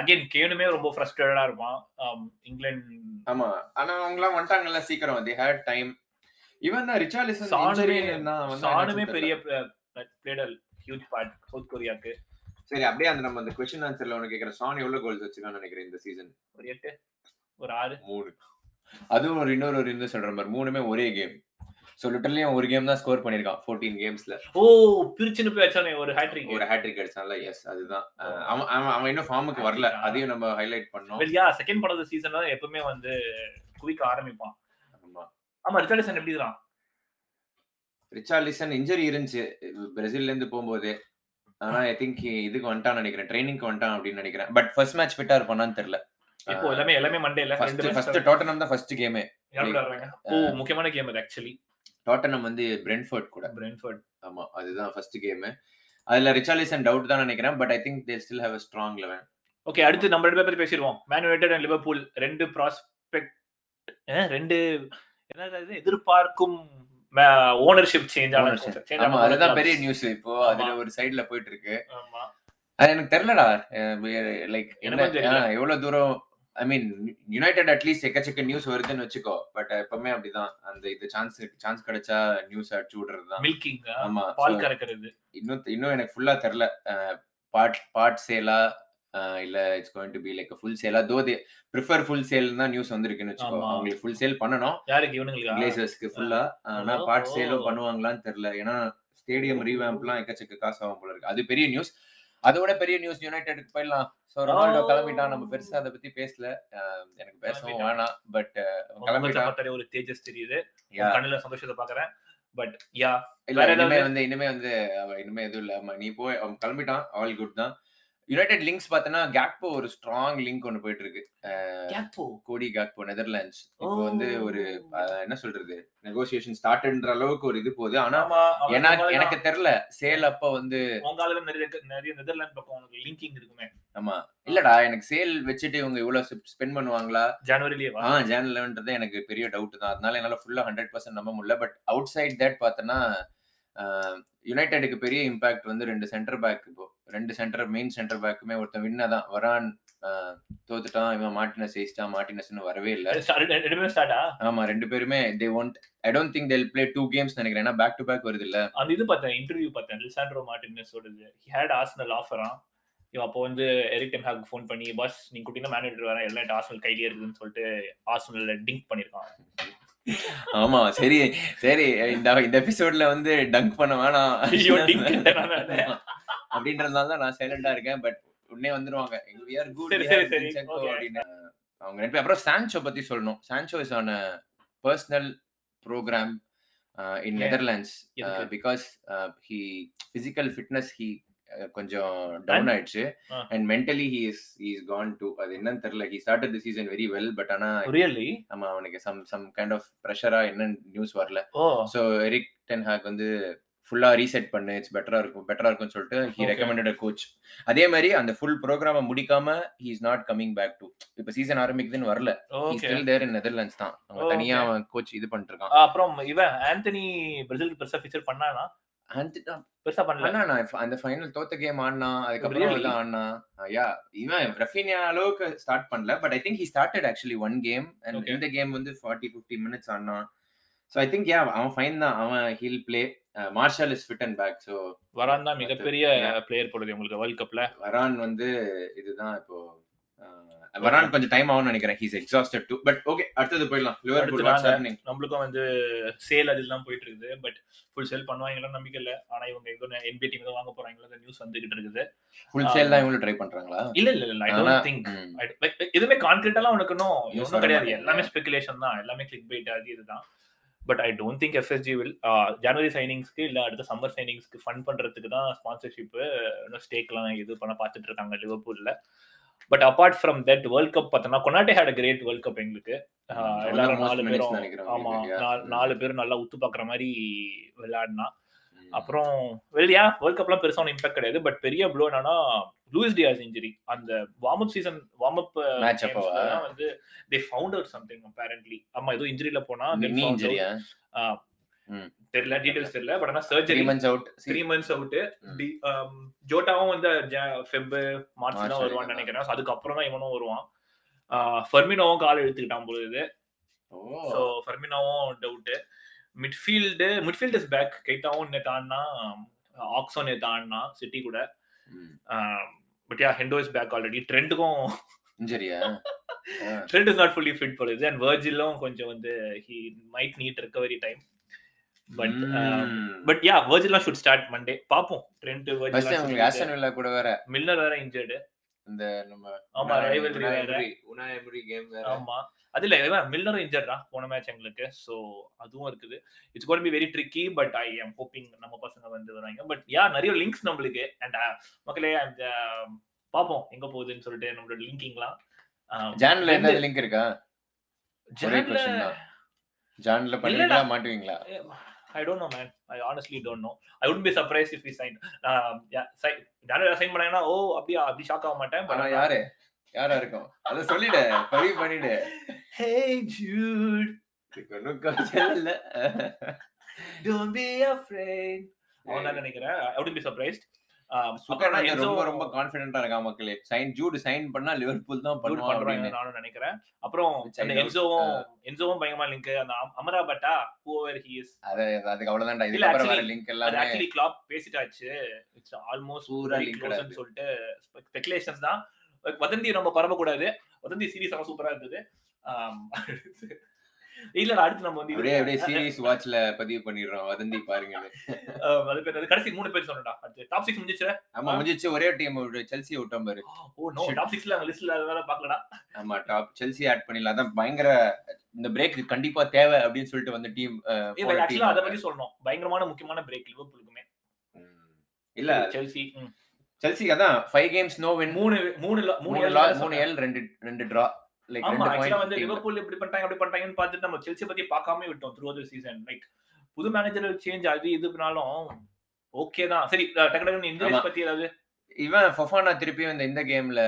Speaker 1: அகைன் கேனுமே ரொம்ப ஃப்ரஸ்ட்ரேட்டடா இருப்பான் Um, ஆம், இங்கிலாந்து
Speaker 2: ஆமா ஆனா அவங்க எல்லாம் வந்துட்டாங்கல்ல சீக்கிரம் தே ஹேட் டைம் இவன் தான் ரிச்சாலிசன்
Speaker 1: சானுமே சானுமே
Speaker 2: சானுமே
Speaker 1: பெரிய uh, player huge part South கொரியாக்கு
Speaker 2: சரி அப்படியே அந்த நம்ம அந்த கொஸ்டின் ஆன்சர்ல உனக்கு கேக்குற சான் எவ்வளவு கோல்ஸ் வச்சிருக்கான்னு நினைக்கிறேன் இந்த சீசன்
Speaker 1: ஒரு எட்டு ஒரு ஆறு
Speaker 2: மூணு அதுவும் ஒரு இன்னொரு ஒரு இன்னும் சொல்ற மாதிரி மூணுமே ஒரே கேம் சோ லிட்டர்லி ஒரு கேம் தான் ஸ்கோர் பண்ணிருக்கான் 14 கேம்ஸ்ல
Speaker 1: ஓ பிரிச்சுன்னு போய் வச்சானே ஒரு ஹேட்ரிக்
Speaker 2: ஒரு ஹேட்ரிக் அடிச்சான்ல எஸ் அதுதான் அஹ் அவன் அவன் அவன் இன்னும் ஃபார்முக்கு வரல அதையும் நம்ம ஹைலைட் பண்ணோம்
Speaker 1: வெல்யா செகண்ட் படம் சீசன்ல எப்பவுமே வந்து குவிக்க ஆரம்பிப்பான்
Speaker 2: ஆமா
Speaker 1: ஆமா ரிச்சார்டிசன் எப்படி இருக்கான்
Speaker 2: ரிச்சார்லிசன் இன்ஜரி இருந்துச்சு பிரேசில்ல இருந்து போகும்போது ஆனா ஐ திங்க் இதுக்கு வந்துட்டான் நினைக்கிறேன் ட்ரைனிங்க்கு வந்துட்டான் அப்படின்னு நினைக்கிறேன் பட் ஃபர்ஸ்ட் மேட்ச் ஃபிட்டா இருப்பானான்னு தெரியல
Speaker 1: இப்போ எல்லாமே எல்லாமே மண்டே இல்ல
Speaker 2: ஃபர்ஸ்ட் ஃபர்ஸ்ட் டாட்டனம் தான் ஃபர்ஸ்ட் கேமே
Speaker 1: ஓ முக்கியமான கேம் அது ஆக்சுவலி
Speaker 2: டாட்டனம் வந்து பிரென்ஃபோர்ட் கூட
Speaker 1: பிரென்ஃபோர்ட்
Speaker 2: ஆமா அதுதான் ஃபர்ஸ்ட் கேம் அதுல ரிச்சார்லிசன் டவுட் தான் நினைக்கிறேன் but I think they still have a strong eleven
Speaker 1: okay அடுத்து நம்ம ரெண்டு பேர் பத்தி பேசிடுவோம் மேன் யுனைடெட் அண்ட் லிவர்பூல் ரெண்டு ப்ராஸ்பெக்ட் ரெண்டு என்னது அது? எதிர்பார்க்கும் ஓனர்ஷிப் சேஞ்ச் ஆன
Speaker 2: Ownership.
Speaker 1: change
Speaker 2: ஆமா
Speaker 1: ஆன
Speaker 2: அதுதான்
Speaker 1: clubs.
Speaker 2: பெரிய நியூஸ் இப்போ அதுல ஒரு சைடுல போயிட்டு இருக்கு
Speaker 1: ஆமா.
Speaker 2: அது எனக்கு தெரியலடா லைக் என்ன
Speaker 1: எனக்கும் தெரியல.
Speaker 2: ஆ, எவ்வளவு தூரம் ஐ மீன் யுனைடெட் அட்லீஸ்ட் எக்கச்சக்க நியூஸ் வருதுன்னு வச்சுக்கோ பட் எப்பவுமே அப்படிதான் அந்த இது சான்ஸ் சான்ஸ் கிடைச்சா நியூஸ் அடிச்சு விடுறதுதான்
Speaker 1: milking ஆ,
Speaker 2: ஆமா
Speaker 1: பால்
Speaker 2: so
Speaker 1: கறக்கிறது
Speaker 2: இன்னும் இன்னும் எனக்கு ஃபுல்லா தெரியல பார்ட் பார்ட் சேலா இல்ல it's going to be like full சேலா though they prefer full sale தான் நியூஸ் வந்திருக்குன்னு வச்சுக்கோ
Speaker 1: ஆமா.
Speaker 2: அவங்களுக்கு ஃபுல் சேல் பண்ணணும்
Speaker 1: யாருக்கு இவனுங்களுக்கு
Speaker 2: கிளேசர்ஸ்க்கு ஃபுல்லா ஆனா
Speaker 1: ஓ.
Speaker 2: பார்ட் சேலும் பண்ணுவாங்களான்னு தெரியல ஏன்னா ஸ்டேடியம் ரீவேம்ப்லாம் எக்கச்சக்க காசு ஆகும் போல இருக்கு அது பெரிய நியூஸ் அதோட பெரிய நியூஸ் யுனைடெடுக்கு போயிடலாம் சோ ரொனால்டோ
Speaker 1: ஓ.
Speaker 2: கிளம்பிட்டான் நம்ம பெருசா அதை பத்தி பேசல அஹ் எனக்கு பேசவும்
Speaker 1: கிளம்பிட்டான்.
Speaker 2: வேணாம் பட் கிளம்பிட்டான்
Speaker 1: கிளம்பிட்டாரு ஒரு தேஜஸ் தெரியுது
Speaker 2: Yeah.
Speaker 1: கண்ணுல சந்தோஷத்தை பாக்குறேன் பட் யா
Speaker 2: இல்ல
Speaker 1: வேற
Speaker 2: இனிமே
Speaker 1: ஏதாவது?
Speaker 2: வந்து இனிமே வந்து அவன் இனிமே எதுவும் இல்ல ஆமா, நீ போய் அவன் கிளம்பிட்டான் ஆல் குட் தான் யுனைடெட் லிங்க்ஸ் பார்த்தனா கேக்போ ஒரு ஸ்ட்ராங் லிங்க் ஒன்னு போயிட்டு இருக்கு அஹ்
Speaker 1: கேப்போ
Speaker 2: கோடி கேக்போ நெதர்லாண்ட்ஸ் இப்போ வந்து ஒரு அஹ் என்ன சொல்றது நெகோசியேஷன் ஸ்டார்ட்ன்ற அளவுக்கு ஒரு இது போகுது ஆனா
Speaker 1: ஆமா அவன்
Speaker 2: ஏன்னா
Speaker 1: சும்மா
Speaker 2: எனக்கு தெரியல சேல் அப்ப வந்து
Speaker 1: தான் உங்க ஆளுங்க நிறைய நிறைய நெதர்லாந்து பக்கம் உங்களுக்கு லிங்கிங் இருக்குமே
Speaker 2: ஆமா இல்லடா எனக்கு சேல் வச்சுட்டு இவங்க இவ்வளவு ஸ்பெண்ட் பண்ணுவாங்களா
Speaker 1: ஜனவரிலேயே வா
Speaker 2: ஆ ஜேன் லெவன்றது எனக்கு பெரிய டவுட் தான் அதனால என்னால ஃபுல்லா ஹண்ட்ரட் பர்சன்ட் நம்ப முடியல பட் அவுட் சைட் தேட் பார்த்தோன்னா யுனைடெடுக்கு பெரிய இம்பாக்ட் வந்து ரெண்டு சென்டர் பேக் இப்போ ரெண்டு சென்டர் மெயின் சென்டர் பேக்குமே ஒருத்தன் வின்ன தான் வரான் ஆஹ், தோத்துட்டான் இவன் மார்டினஸ் ஜெயிச்சிட்டான் மார்டினஸ்னு வரவே இல்ல
Speaker 1: ரெண்டுமே ஸ்டார்டா
Speaker 2: ஆமா ரெண்டு பேருமே they won't I don't think they'll play two games நினைக்கிறேன் ஏன்னா பேக் டு பேக் வருது இல்ல
Speaker 1: அந்த இது பார்த்தேன் இன்டர்வியூ பார்த்தேன் லிசாண்ட்ரோ மார்டினஸ் ஓடுது ஹி ஹேட் ஆர்சனல் ஆஃபரா இவன் அப்போ வந்து எரிக் டென்ஹாக் ஃபோன் பண்ணி பாஸ் நீங்க குட்டினா மேனேஜர் வரேன் எல்லாம் ஆர்சனல் கையிலே இருக்குன்னு சொல்லிட்டு ஆர்சனல்ல டிங்க் பண்ணிருக்கான்
Speaker 2: ஆமா சரி சரி இந்த இந்த எபிசோட்ல வந்து டங்க் பண்ண வேணாம்
Speaker 1: ஐயோ, dunk பண்ண வேணாம்.
Speaker 2: அப்படின்றதுனால தான் நான் சைலண்டா இருக்கேன் பட் உடனே வந்துருவாங்க எங்க we are good,
Speaker 1: சரி,
Speaker 2: we
Speaker 1: சரி,
Speaker 2: are
Speaker 1: சரி.
Speaker 2: Zinchenko
Speaker 1: Okay.
Speaker 2: அப்படின்னு. அவங்க ரெண்டு பேரும் அப்புறம் சான்சோ பத்தி சொல்லணும் Sancho is on personal programme in
Speaker 1: Yeah.
Speaker 2: Netherlands
Speaker 1: எதுக்கு?
Speaker 2: Because he physical fitness he uh, கொஞ்சம் டவுன் ஆயிடுச்சு
Speaker 1: Ah.
Speaker 2: And mentally he is he is gone to அது என்னன்னு தெரியல he started the season very well but ஆனா
Speaker 1: really
Speaker 2: ஆமா அவனுக்கு some some kind of ப்ரெஷரா என்னன்னு நியூஸ் வரல
Speaker 1: ஓ
Speaker 2: ஸோ எரிக் டென்ஹாக் வந்து ஃபுல்லா ரீசெட் பண்ணு இட்ஸ் பெட்டரா இருக்கும் பெட்டரா இருக்கும்னு சொல்லிட்டு ஹி
Speaker 1: Okay.
Speaker 2: ரெக்கமெண்டட் கோச் அதே மாதிரி அந்த ஃபுல் ப்ரோக்ராமை முடிக்காம he is not coming back to இப்போ சீசன் ஆரம்பிக்குதுன்னு வரல he
Speaker 1: okay
Speaker 2: still there in Netherlands தான் அவங்க
Speaker 1: Okay.
Speaker 2: தனியா அவன் கோச் இது பண்ணிட்டு இருக்கான்
Speaker 1: அப்புறம் இவன் ஆந்தனி பிரேசிலுக்கு பெருசா ஃபீச்சர் பண்ணானா
Speaker 2: அந்த-
Speaker 1: பெருசா பண்ணல
Speaker 2: ஆனா uh, நான் அந்த ஃபைனல் தோத்த கேம் ஆடினா அதுக்கப்புறம்
Speaker 1: Really?
Speaker 2: எல்லாம் ஆடினா யா இவன் ரஃபினியா அளவுக்கு ஸ்டார்ட் பண்ணல but I think he started actually one game and
Speaker 1: Okay.
Speaker 2: இந்த கேம் வந்து ஃபார்ட்டி ஃபிஃப்டி மினிட்ஸ் ஆடினா ஸோ ஐ திங்க் யா அவன் ஃபைன் தான் அவன் uh, he'll play Martial is fit and back so
Speaker 1: Varane தான் மிகப்பெரிய
Speaker 2: Yeah.
Speaker 1: பிளேயர் போடுது உங்களுக்கு வேர்ல்ட் கப்ல
Speaker 2: வரான் வந்து இதுதான் இப்போ அஹ், வரான் கொஞ்சம் டைம் ஆகும்னு நினைக்கிறேன் he's exhausted too but okay அடுத்தது போயிடலாம் லிவர்பூல்
Speaker 1: அடுத்து
Speaker 2: வாட்ஸ்
Speaker 1: நாங்க-
Speaker 2: ஹேப்பனிங்
Speaker 1: நம்மளுக்கும் வந்து சேல் அதெல்லாம் போயிட்டு இருக்குது பட் ஃபுல் சேல் பண்ணுவாங்கலாம் நம்பிக்கை இல்ல ஆனா இவங்க எங்க என்பிடி டீம் தான் வாங்க போறாங்களா நியூஸ் வந்துகிட்டு இருக்குது
Speaker 2: ஃபுல் சேல் தான் இவங்களும் ட்ரை பண்றாங்களா
Speaker 1: இல்ல இல்ல இல்ல ஐ
Speaker 2: ஆனா,
Speaker 1: டோன்ட் திங்க்
Speaker 2: ம்.
Speaker 1: எதுவுமே கான்கிரீட்டாலாம் உனக்கு இன்னும்
Speaker 2: News
Speaker 1: ஒன்றும்
Speaker 2: வர
Speaker 1: கிடையாது
Speaker 2: மாட்டேங்குது.
Speaker 1: எல்லாமே ஸ்பெகுலேஷன் தான் எல்லாமே கிளிக் பைட் அது இதுதான் but I don't think FSG will ஜனவரி சைனிங்ஸ்க்கு uh, இல்ல அடுத்த சம்மர் சைனிங்ஸ்க்கு ஃபன் பண்றதுக்கு தான் ஸ்பான்சர்ஷிப் இன்னும் ஸ்டேக்லாம் இது பண்ண பார்த்துட்டு இருக்காங்க லிவர்பூல்ல but apart from that world cup பார்த்தோம்னா Konate had great world cup எங்களுக்கு ஆஹ்,
Speaker 2: அவன் தான்
Speaker 1: எல்லாரும்
Speaker 2: Mm, most
Speaker 1: நாலு
Speaker 2: minutes
Speaker 1: பேரும்
Speaker 2: நினைக்கிறேன்
Speaker 1: ஆமா
Speaker 2: உங்களுக்கு.
Speaker 1: நாலு-
Speaker 2: ம்.
Speaker 1: நாலு பேரும் நல்லா உத்து பாக்குற மாதிரி விளையாடினா
Speaker 2: ம்.
Speaker 1: அப்புறம் வெளியா வேர்ல்ட் கப்லாம் பெருசான இம்பாக்ட் கிடையாது பட் பெரிய ப்ளோ என்னன்னா லூயிஸ் டியாஸ் இன்ஜுரி அந்த warm up season warm up
Speaker 2: Match அப்பவா?
Speaker 1: வந்து they found out something apparently ஆமா ஏதோ இன்ஜுரியில போனா
Speaker 2: நீ- நீ injury ஆ? ம்.
Speaker 1: தெரியல டீடைல்ஸ் தெரியல பட் ஆனா surgery
Speaker 2: three months out
Speaker 1: three months out
Speaker 2: ம்.
Speaker 1: ஜோட்டாவும் வந்து ஜா- ஃபெப் மார்ச்
Speaker 2: மார்ச்
Speaker 1: தான் வருவான்னு
Speaker 2: வரைக்கும்
Speaker 1: நினைக்கிறேன் So, அதுக்கப்புறம் தான் இவனும் வருவான் ஃபெர்மினோவும் கால் எடுத்துக்கிட்டான் பொழுது இது
Speaker 2: Oh,
Speaker 1: ஸோ ஃபெர்மினோவும் doubt midfield midfield is back கைத்தாவும் நேற்று ஆடினா ஆக்ஸோ நேற்று ஆடினா சிட்டி கூட but yeah Hendo is back already ட்ரெண்டுக்கும்
Speaker 2: இன்ஜரியா
Speaker 1: Trent is not fully fit பொழுது அண்ட் வேர்ஜிலும் கொஞ்சம் வந்து he might need recovery uh, time but
Speaker 2: Hmm.
Speaker 1: But yeah வேர்ஜிலாம் ஷுட் ஸ்டார்ட் மண்டே பாப்போம் ட்ரெண்ட்
Speaker 2: ஃபர்ஸ்ட் உங்களுக்கு
Speaker 1: வேர்ஜில்
Speaker 2: ஆஸ்டன் வில்லா கூட வேற
Speaker 1: மில்லர் வேற இன்ஜர்டு
Speaker 2: இந்த நம்ம
Speaker 1: ஆமா ரைவல்ரி வேற
Speaker 2: உனா எம்ரி கேம் வேற
Speaker 1: ஆமா அது இல்ல இவன் மில்லரும் இன்ஜர்டா போன மேட்ச் எங்களுக்கு சோ அதுவும் இருக்குது it's got be very tricky but I am hoping நம்ம பசங்க வந்து வராங்க பட் யா நிறைய லிங்க்ஸ் நம்மளுக்கு அண்ட் மக்களே அந்த பாப்போம் எங்க போகுதுன்னு சொல்லிட்டு நம்மளோட லிங்கிங்லாம்
Speaker 2: ஜான்ல என்ன லிங்க் இருக்கா ஒரே
Speaker 1: ஜான்ல
Speaker 2: கொஸ்டின் தான் ஜான்ல பண்ணுவீங்களா மாட்டுவீங்களா
Speaker 1: I don't know man I honestly don't know I would be surprise if we sign Um, ஜான்ல சைன் பண்ணாங்கன்னா ஓ அப்படியா அப்படி ஷாக் ஆக மாட்டேன்
Speaker 2: ஆனா யாரு யாரா இருக்கும் அத சொல்லிடு பதிவு
Speaker 1: <laughs>
Speaker 2: பண்ணிடு
Speaker 1: ஹே ஜூட்
Speaker 2: இதுக்கு ஒண்ணும் கொஞ்சம் இல்ல
Speaker 1: டோன்ட் பி அஃப்ரேட் அவன் தான் நினைக்கிறேன் I would be surprised Um,
Speaker 2: சுகர்நாத் ரொம்ப ரொம்ப கான்ஃபிடென்ட்டா இருக்கா மக்களே சைன் ஜூட் சைன் பண்ணா லிவர்பூல் தான்
Speaker 1: பண்ணுவோம்
Speaker 2: பண்ணுவான்
Speaker 1: பண்றாங்க
Speaker 2: அப்படின்னு
Speaker 1: நானும் நினைக்கிறேன் அப்புறம்
Speaker 2: Which I
Speaker 1: அந்த
Speaker 2: doubt.
Speaker 1: என்சோவும் என்சோவும் பயங்கரமா லிங்க் அந்த அம்- அமராபட்டா ஹூவர் ஹி இஸ்
Speaker 2: அது அதுக்கு அவ்வளவுதான்டா
Speaker 1: இல்ல,
Speaker 2: இதுக்கு அப்புறம் வர
Speaker 1: actually,
Speaker 2: லிங்க்
Speaker 1: அது
Speaker 2: எல்லாமே
Speaker 1: ஆக்சுவலி கிளாப் பேசிட்டாச்சு இட்ஸ் ஆல்மோஸ்ட்
Speaker 2: பூரா
Speaker 1: வெரி
Speaker 2: linked
Speaker 1: க்ளோஸ்னு
Speaker 2: ஆகுது.
Speaker 1: சொல்லிட்டு ஸ்பெகுலேஷன்ஸ் தான் வதந்தி நம்ம பரவக்கூடாது வதந்தி சீரிஸ் ரொம்ப சூப்பரா இருந்தது ஆம். இல்ல அடுத்து நம்ம வந்து
Speaker 2: அப்படியே அப்படியே
Speaker 1: இது-
Speaker 2: சீரியஸ் வாட்ச்ல பதிவு பண்ணிடுறோம் வதந்தி பாருங்க
Speaker 1: ஆம், அது பேர் என்னது? கடைசி மூணு பேர் சொன்னடா அடுத்து டாப் சிக்ஸ் முடிஞ்சிச்சு
Speaker 2: ஆமா முடிஞ்சிச்சு ஒரே டீம் செல்சி விட்டோம் பாரு
Speaker 1: ஓ நோ
Speaker 2: Shit.
Speaker 1: டாப் சிக்ஸ்ல லிஸ்ட்ல அதனால பாக்கலடா
Speaker 2: ஆமா டாப் செல்சி ஆட் பண்ணிடலாம் அதான் பயங்கர இந்த பிரேக்கு கண்டிப்பா தேவை அப்படின்னு சொல்லிட்டு வந்து டீம்
Speaker 1: ஆக்சுவலா அத பத்தி சொல்லணும் பயங்கரமான முக்கியமான பிரேக் லிவர்பூலுக்குமே
Speaker 2: இல்ல
Speaker 1: செல்சி ம்.
Speaker 2: செல்சி அதான் ஃபைவ் கேம்ஸ் நோ வின்
Speaker 1: மூணு மூணு lo- மூணு
Speaker 2: மூணு
Speaker 1: ஏழு
Speaker 2: லா
Speaker 1: தான்
Speaker 2: மூணு
Speaker 1: சொன்னேன்.
Speaker 2: எல் ரெண்டு ரெண்டு டிரா லைக்
Speaker 1: ஆமா
Speaker 2: ரெண்டு
Speaker 1: ஆக்சுவலா வந்து
Speaker 2: பாயிண்ட்
Speaker 1: லிவர்பூல் இப்படி பண்றாங்க அப்படி பண்றாங்கன்னு பார்த்துட்டு நம்ம செல்சி பத்தி பார்க்காம விட்டோம் த்ரூ த சீசன் லைக் புது மேனேஜர் சேஞ்ச் அது இதுனாலும் ஓகே தான் சரி டக்கு டக்குனு இந்தியா
Speaker 2: ஆமா.
Speaker 1: பத்தி ஏதாவது
Speaker 2: இவன் ஃபஃபானா திருப்பியும் இந்த இந்த கேம்ல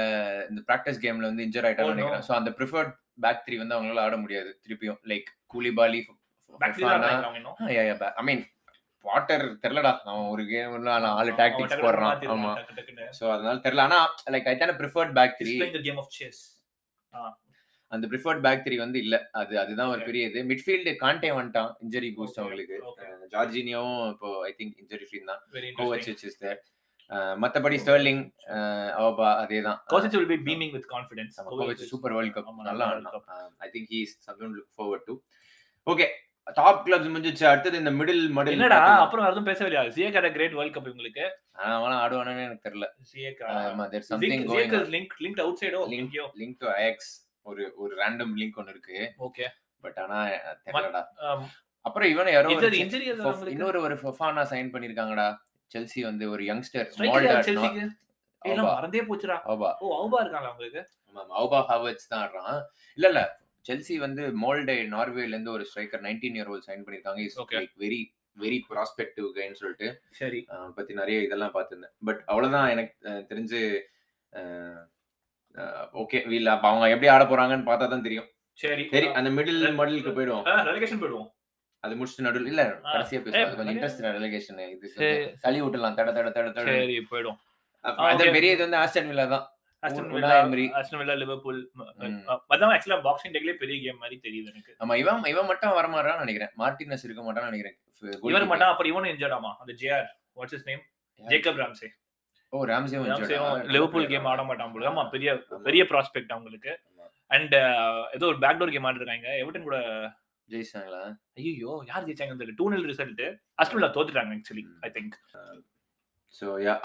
Speaker 2: இந்த பிராக்டிஸ் கேம்ல வந்து இன்ஜர்
Speaker 1: Oh,
Speaker 2: ஆயிட்டான்னு
Speaker 1: no.
Speaker 2: நினைக்கிறேன் சோ அந்த ப்ரிஃபர்ட் பேக் த்ரீ வந்து அவங்களால ஆட முடியாது திருப்பியும் லைக் கூலிபாலி
Speaker 1: பேக்டீரியா அவங்க இன்னும்
Speaker 2: Ah, ஐ மீன் வாட்டர் தெரியலடா அவன் ஒரு கேம் ஆளு டாக்டிக்ஸ் போடுறான் ஆமா சோ அதனால தெரியல ஆனா லைக் ஐ தான preferred back three
Speaker 1: game of chess
Speaker 2: அந்த ப்ரிஃபர்ட் பேக் த்ரீ வந்து இல்ல அது அதுதான் ஒரு
Speaker 1: Okay.
Speaker 2: பெரிய இது மிட்ஃபீல்டு காண்டே வந்துட்டான் இன்ஜரி பூஸ்ட்
Speaker 1: Okay,
Speaker 2: அவங்களுக்கு
Speaker 1: okay.
Speaker 2: ஜார்ஜினியாவும் இப்போ ஐ திங்க் இன்ஜரி ஃப்ரீ தான்
Speaker 1: very
Speaker 2: Kovacic is there Uh, மத்தபடி ஸ்டர்லிங் அவபா அதேதான்
Speaker 1: Kovacic will be beaming with confidence
Speaker 2: Kovacic super world cup
Speaker 1: ஆமா,
Speaker 2: நல்லா
Speaker 1: நல்ல World
Speaker 2: ஆடினான் I think he is something look forward to okay top clubs முடிஞ்சிச்சு அடுத்தது இந்த மிடில் மடில்
Speaker 1: என்னடா அப்புறம் அதுவும் பேசவே இல்லையா சிஏ கார கிரேட் வேர்ல்ட் கப் இவங்களுக்கு
Speaker 2: அவன் ஆடுவானு எனக்கு தெரியல
Speaker 1: சிஏ
Speaker 2: ஆமா there something going
Speaker 1: link link out சைடோ
Speaker 2: Link.
Speaker 1: லிங்கியோ
Speaker 2: லிங்க் டு ஐஎக்ஸ் ஒரு ஒரு ரேண்டம் லிங்க் ஒன்னு இருக்கு
Speaker 1: ஓகே
Speaker 2: பட் ஆனா தெரியலடா
Speaker 1: ஆம்.
Speaker 2: அப்புறம் இவனை யாரோ ஒரு
Speaker 1: இன்ஜரி
Speaker 2: செ-
Speaker 1: இன்ஜரி
Speaker 2: ஃபஃப்- இன்னொரு ஒரு ஃபஃபானா சைன் பண்ணிருக்காங்கடா செல்சி வந்து ஒரு யங்ஸ்டர் மால்டா
Speaker 1: செல்சிக்கு ஏலாம் மறந்தே போச்சுடா
Speaker 2: ஆபா
Speaker 1: ஓ அவுபா இருக்காங்களா அவங்களுக்கு
Speaker 2: ஆமா மௌபா ஹாவர்ட்ஸ் தான் ஆடுறான் இல்ல இல்ல செல்சி வந்து மோல்டே நார்வேல இருந்து ஒரு striker nineteen year old sign பண்ணிருக்காங்க is
Speaker 1: Okay.
Speaker 2: Like very very prospective கைன்னு சொல்லிட்டு
Speaker 1: சரி
Speaker 2: அஹ், பத்தி நிறைய இதெல்லாம் பார்த்திருந்தேன் பட் அவ்வளவுதான் எனக்கு அஹ், தெரிஞ்சு ஓகே வீல் அப்ப அவங்க எப்படி ஆட போறாங்கன்னு பார்த்தா தான் தெரியும்
Speaker 1: சரி
Speaker 2: சரி அந்த மிடில் மடலுக்கு போயிடுவோம்
Speaker 1: ரெலிகேஷன் போயிடுவோம்
Speaker 2: அது முடிச்சுட்டு நடுவில் இல்ல கடைசியா
Speaker 1: ஏய்,
Speaker 2: பேசுவோம் அது கொஞ்சம்
Speaker 1: நிறைய-
Speaker 2: இன்ட்ரெஸ்ட் ரெலிகேஷன் இது கொஞ்சம் தள்ளி விட்டுலாம் தட தட தட தட
Speaker 1: சரி போயிடும்
Speaker 2: அப்ப அது
Speaker 1: okay.
Speaker 2: பெரிய இது வந்து ஆஸ்டன் வில்லா தான்
Speaker 1: அஸ்டன்
Speaker 2: உ-
Speaker 1: Villa
Speaker 2: Unai Emery.
Speaker 1: Aston Villa Liverpool ம-
Speaker 2: ம்.
Speaker 1: அ- அதான் ஆக்சுவலா பாக்ஸிங் டேக்லயே பெரிய கேம் மாதிரி தெரியுது எனக்கு
Speaker 2: ஆமா இவன் இவன் மட்டும் வர மாட்டான்னு நினைக்கிறேன் மார்டினஸ் இருக்க மாட்டான்னு நினைக்கிறேன் F- goal
Speaker 1: இவர்
Speaker 2: keeper.
Speaker 1: மட்டும் அப்புறம் இவனும் இன்ஜர்ட் ஆமா அந்த ஜேஆர் வாட்ஸ் இஸ் நேம்
Speaker 2: யார்?
Speaker 1: ஜேக்கப் ராம்சே
Speaker 2: ஓ ராம்சேவும் injured ஆ?
Speaker 1: ராம்சேவும் லிவர்பூல் கேம் ஆட மாட்டான் போல ஆமா பெரிய
Speaker 2: ஆமா.
Speaker 1: பெரிய ப்ராஸ்பெக்ட் அவங்களுக்கு
Speaker 2: ஆமா.
Speaker 1: அண்ட் ஏதோ ஒரு பேக்டோர் கேம் ஆடிருக்காங்க எவர்டன் கூட
Speaker 2: ஜெயிச்சாங்களா
Speaker 1: ஐயோ யார் ஜெயிச்சாங்கன்னு தெரியல two nil result Aston Villa தோத்துட்டாங்க actually I think
Speaker 2: so yeah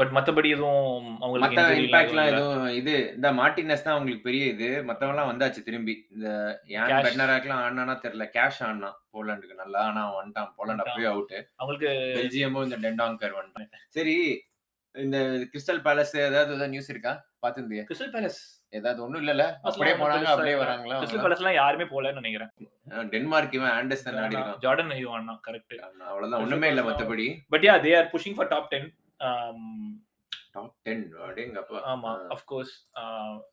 Speaker 1: but மத்தபடி எதுவும் அவங்களுக்கு
Speaker 2: மத்த
Speaker 1: injury எல்லாம்
Speaker 2: இம்பாக்ட்லாம்
Speaker 1: எதுவும் இல்ல.
Speaker 2: எதுவும் இது இந்த மார்டினஸ் தான் உங்களுக்கு பெரிய இது மத்தவங்கலாம் வந்தாச்சு திரும்பி இந்த யான்
Speaker 1: Cash.
Speaker 2: பெட்னராக்லாம் ஆடினானா தெரியல கேஷ் ஆடினான் போலாண்டுக்கு நல்லா ஆனா அவன் வந்துட்டான் போலாண்ட் அப்பயே அவுட்
Speaker 1: அவங்களுக்கு
Speaker 2: பெல்ஜியமும் இந்த டெண்டாங்கர் வந்துட்டான் சரி இந்த கிறிஸ்டல் பேலஸ் ஏதாவது ஏதாவது நியூஸ் இருக்கா பாத்துருந்தியா
Speaker 1: கிறிஸ்டல் பேலஸ்
Speaker 2: ஏதாவது ஒண்ணும் இல்லல அப்படியே
Speaker 1: ஒண்ணும்
Speaker 2: போனாங்க
Speaker 1: பெருசா
Speaker 2: அப்படியே
Speaker 1: இல்ல.
Speaker 2: வராங்களா
Speaker 1: கிறிஸ்டல் பேலஸ்லாம் யாருமே போலன்னு நினைக்கிறேன்
Speaker 2: அவங்க? டென்மார்க் இவன் ஆண்டர்சன் ஆடி இருக்கான்
Speaker 1: ஜார்டன் ஐயோ அண்ணா கரெக்ட்
Speaker 2: அவ்வளவுதான் ஒண்ணுமே இல்ல மத்தபடி
Speaker 1: but yeah they are pushing for top ten
Speaker 2: top ten அப்படிங்கப்பா
Speaker 1: Um, ஆமா அஃப் கோர்ஸ்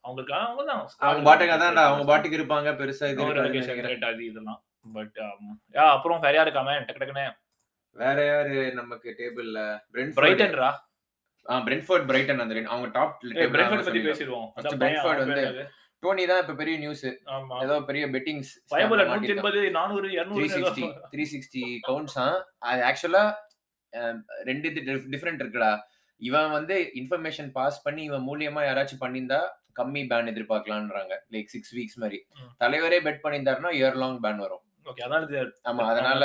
Speaker 1: அவங்களுக்கு அவங்க தான்
Speaker 2: அவங்க பாட்டுக்கு அதான்டா அவங்க பாட்டுக்கு இருப்பாங்க பெருசா இது இருக்காதுன்னு நினைக்கிறேன்.
Speaker 1: ரெலகேஷன் இதெல்லாம் பட் யா அப்புறம் வேற யாரு காமே டக்கு டக்குன்னு
Speaker 2: வேற யாரு நமக்கு டேபிள்ல பிரெண்ட்ஃபோர்ட்
Speaker 1: பிரைட்டன்ரா
Speaker 2: ஆ பிரெண்ட்ஃபோர்ட் பிரைட்டன் அந்த ரெண்டு அவங்க டாப்
Speaker 1: பிரெட்ஃபோர்ட் பத்தி பேசிடுவோம்
Speaker 2: First
Speaker 1: அதான்
Speaker 2: Brentford
Speaker 1: பயம்,
Speaker 2: வந்து-
Speaker 1: அது.
Speaker 2: டோனி தான் இப்ப பெரிய நியூஸ்
Speaker 1: ஆமா
Speaker 2: ஏதோ பெரிய பெட்டிங்ஸ்
Speaker 1: பயபுல நூத்தி எண்பது நானூறு
Speaker 2: த்ரீ சிக்ஸ்டி
Speaker 1: இருநூறு
Speaker 2: த்ரீ சிக்ஸ்டி கவுண்ட்ஸ் தான் அது ஆக்சுவலா ரெண்டு இது டிஃப்ரெண்ட் இருக்குடா இவன் வந்து இன்ஃபர்மேஷன் பாஸ் பண்ணி இவன் மூலியமா யாராச்சும் பண்ணியிருந்தா கம்மி பேன் எதிர்பார்க்கலான்றாங்க லைக் சிக்ஸ் வீக்ஸ் மாதிரி
Speaker 1: ம்.
Speaker 2: தலைவரே பெட் பண்ணியிருந்தாருன்னா இயர் லாங் பேன் வரும்
Speaker 1: ஓகே அதான் இது
Speaker 2: ஆமா அதனால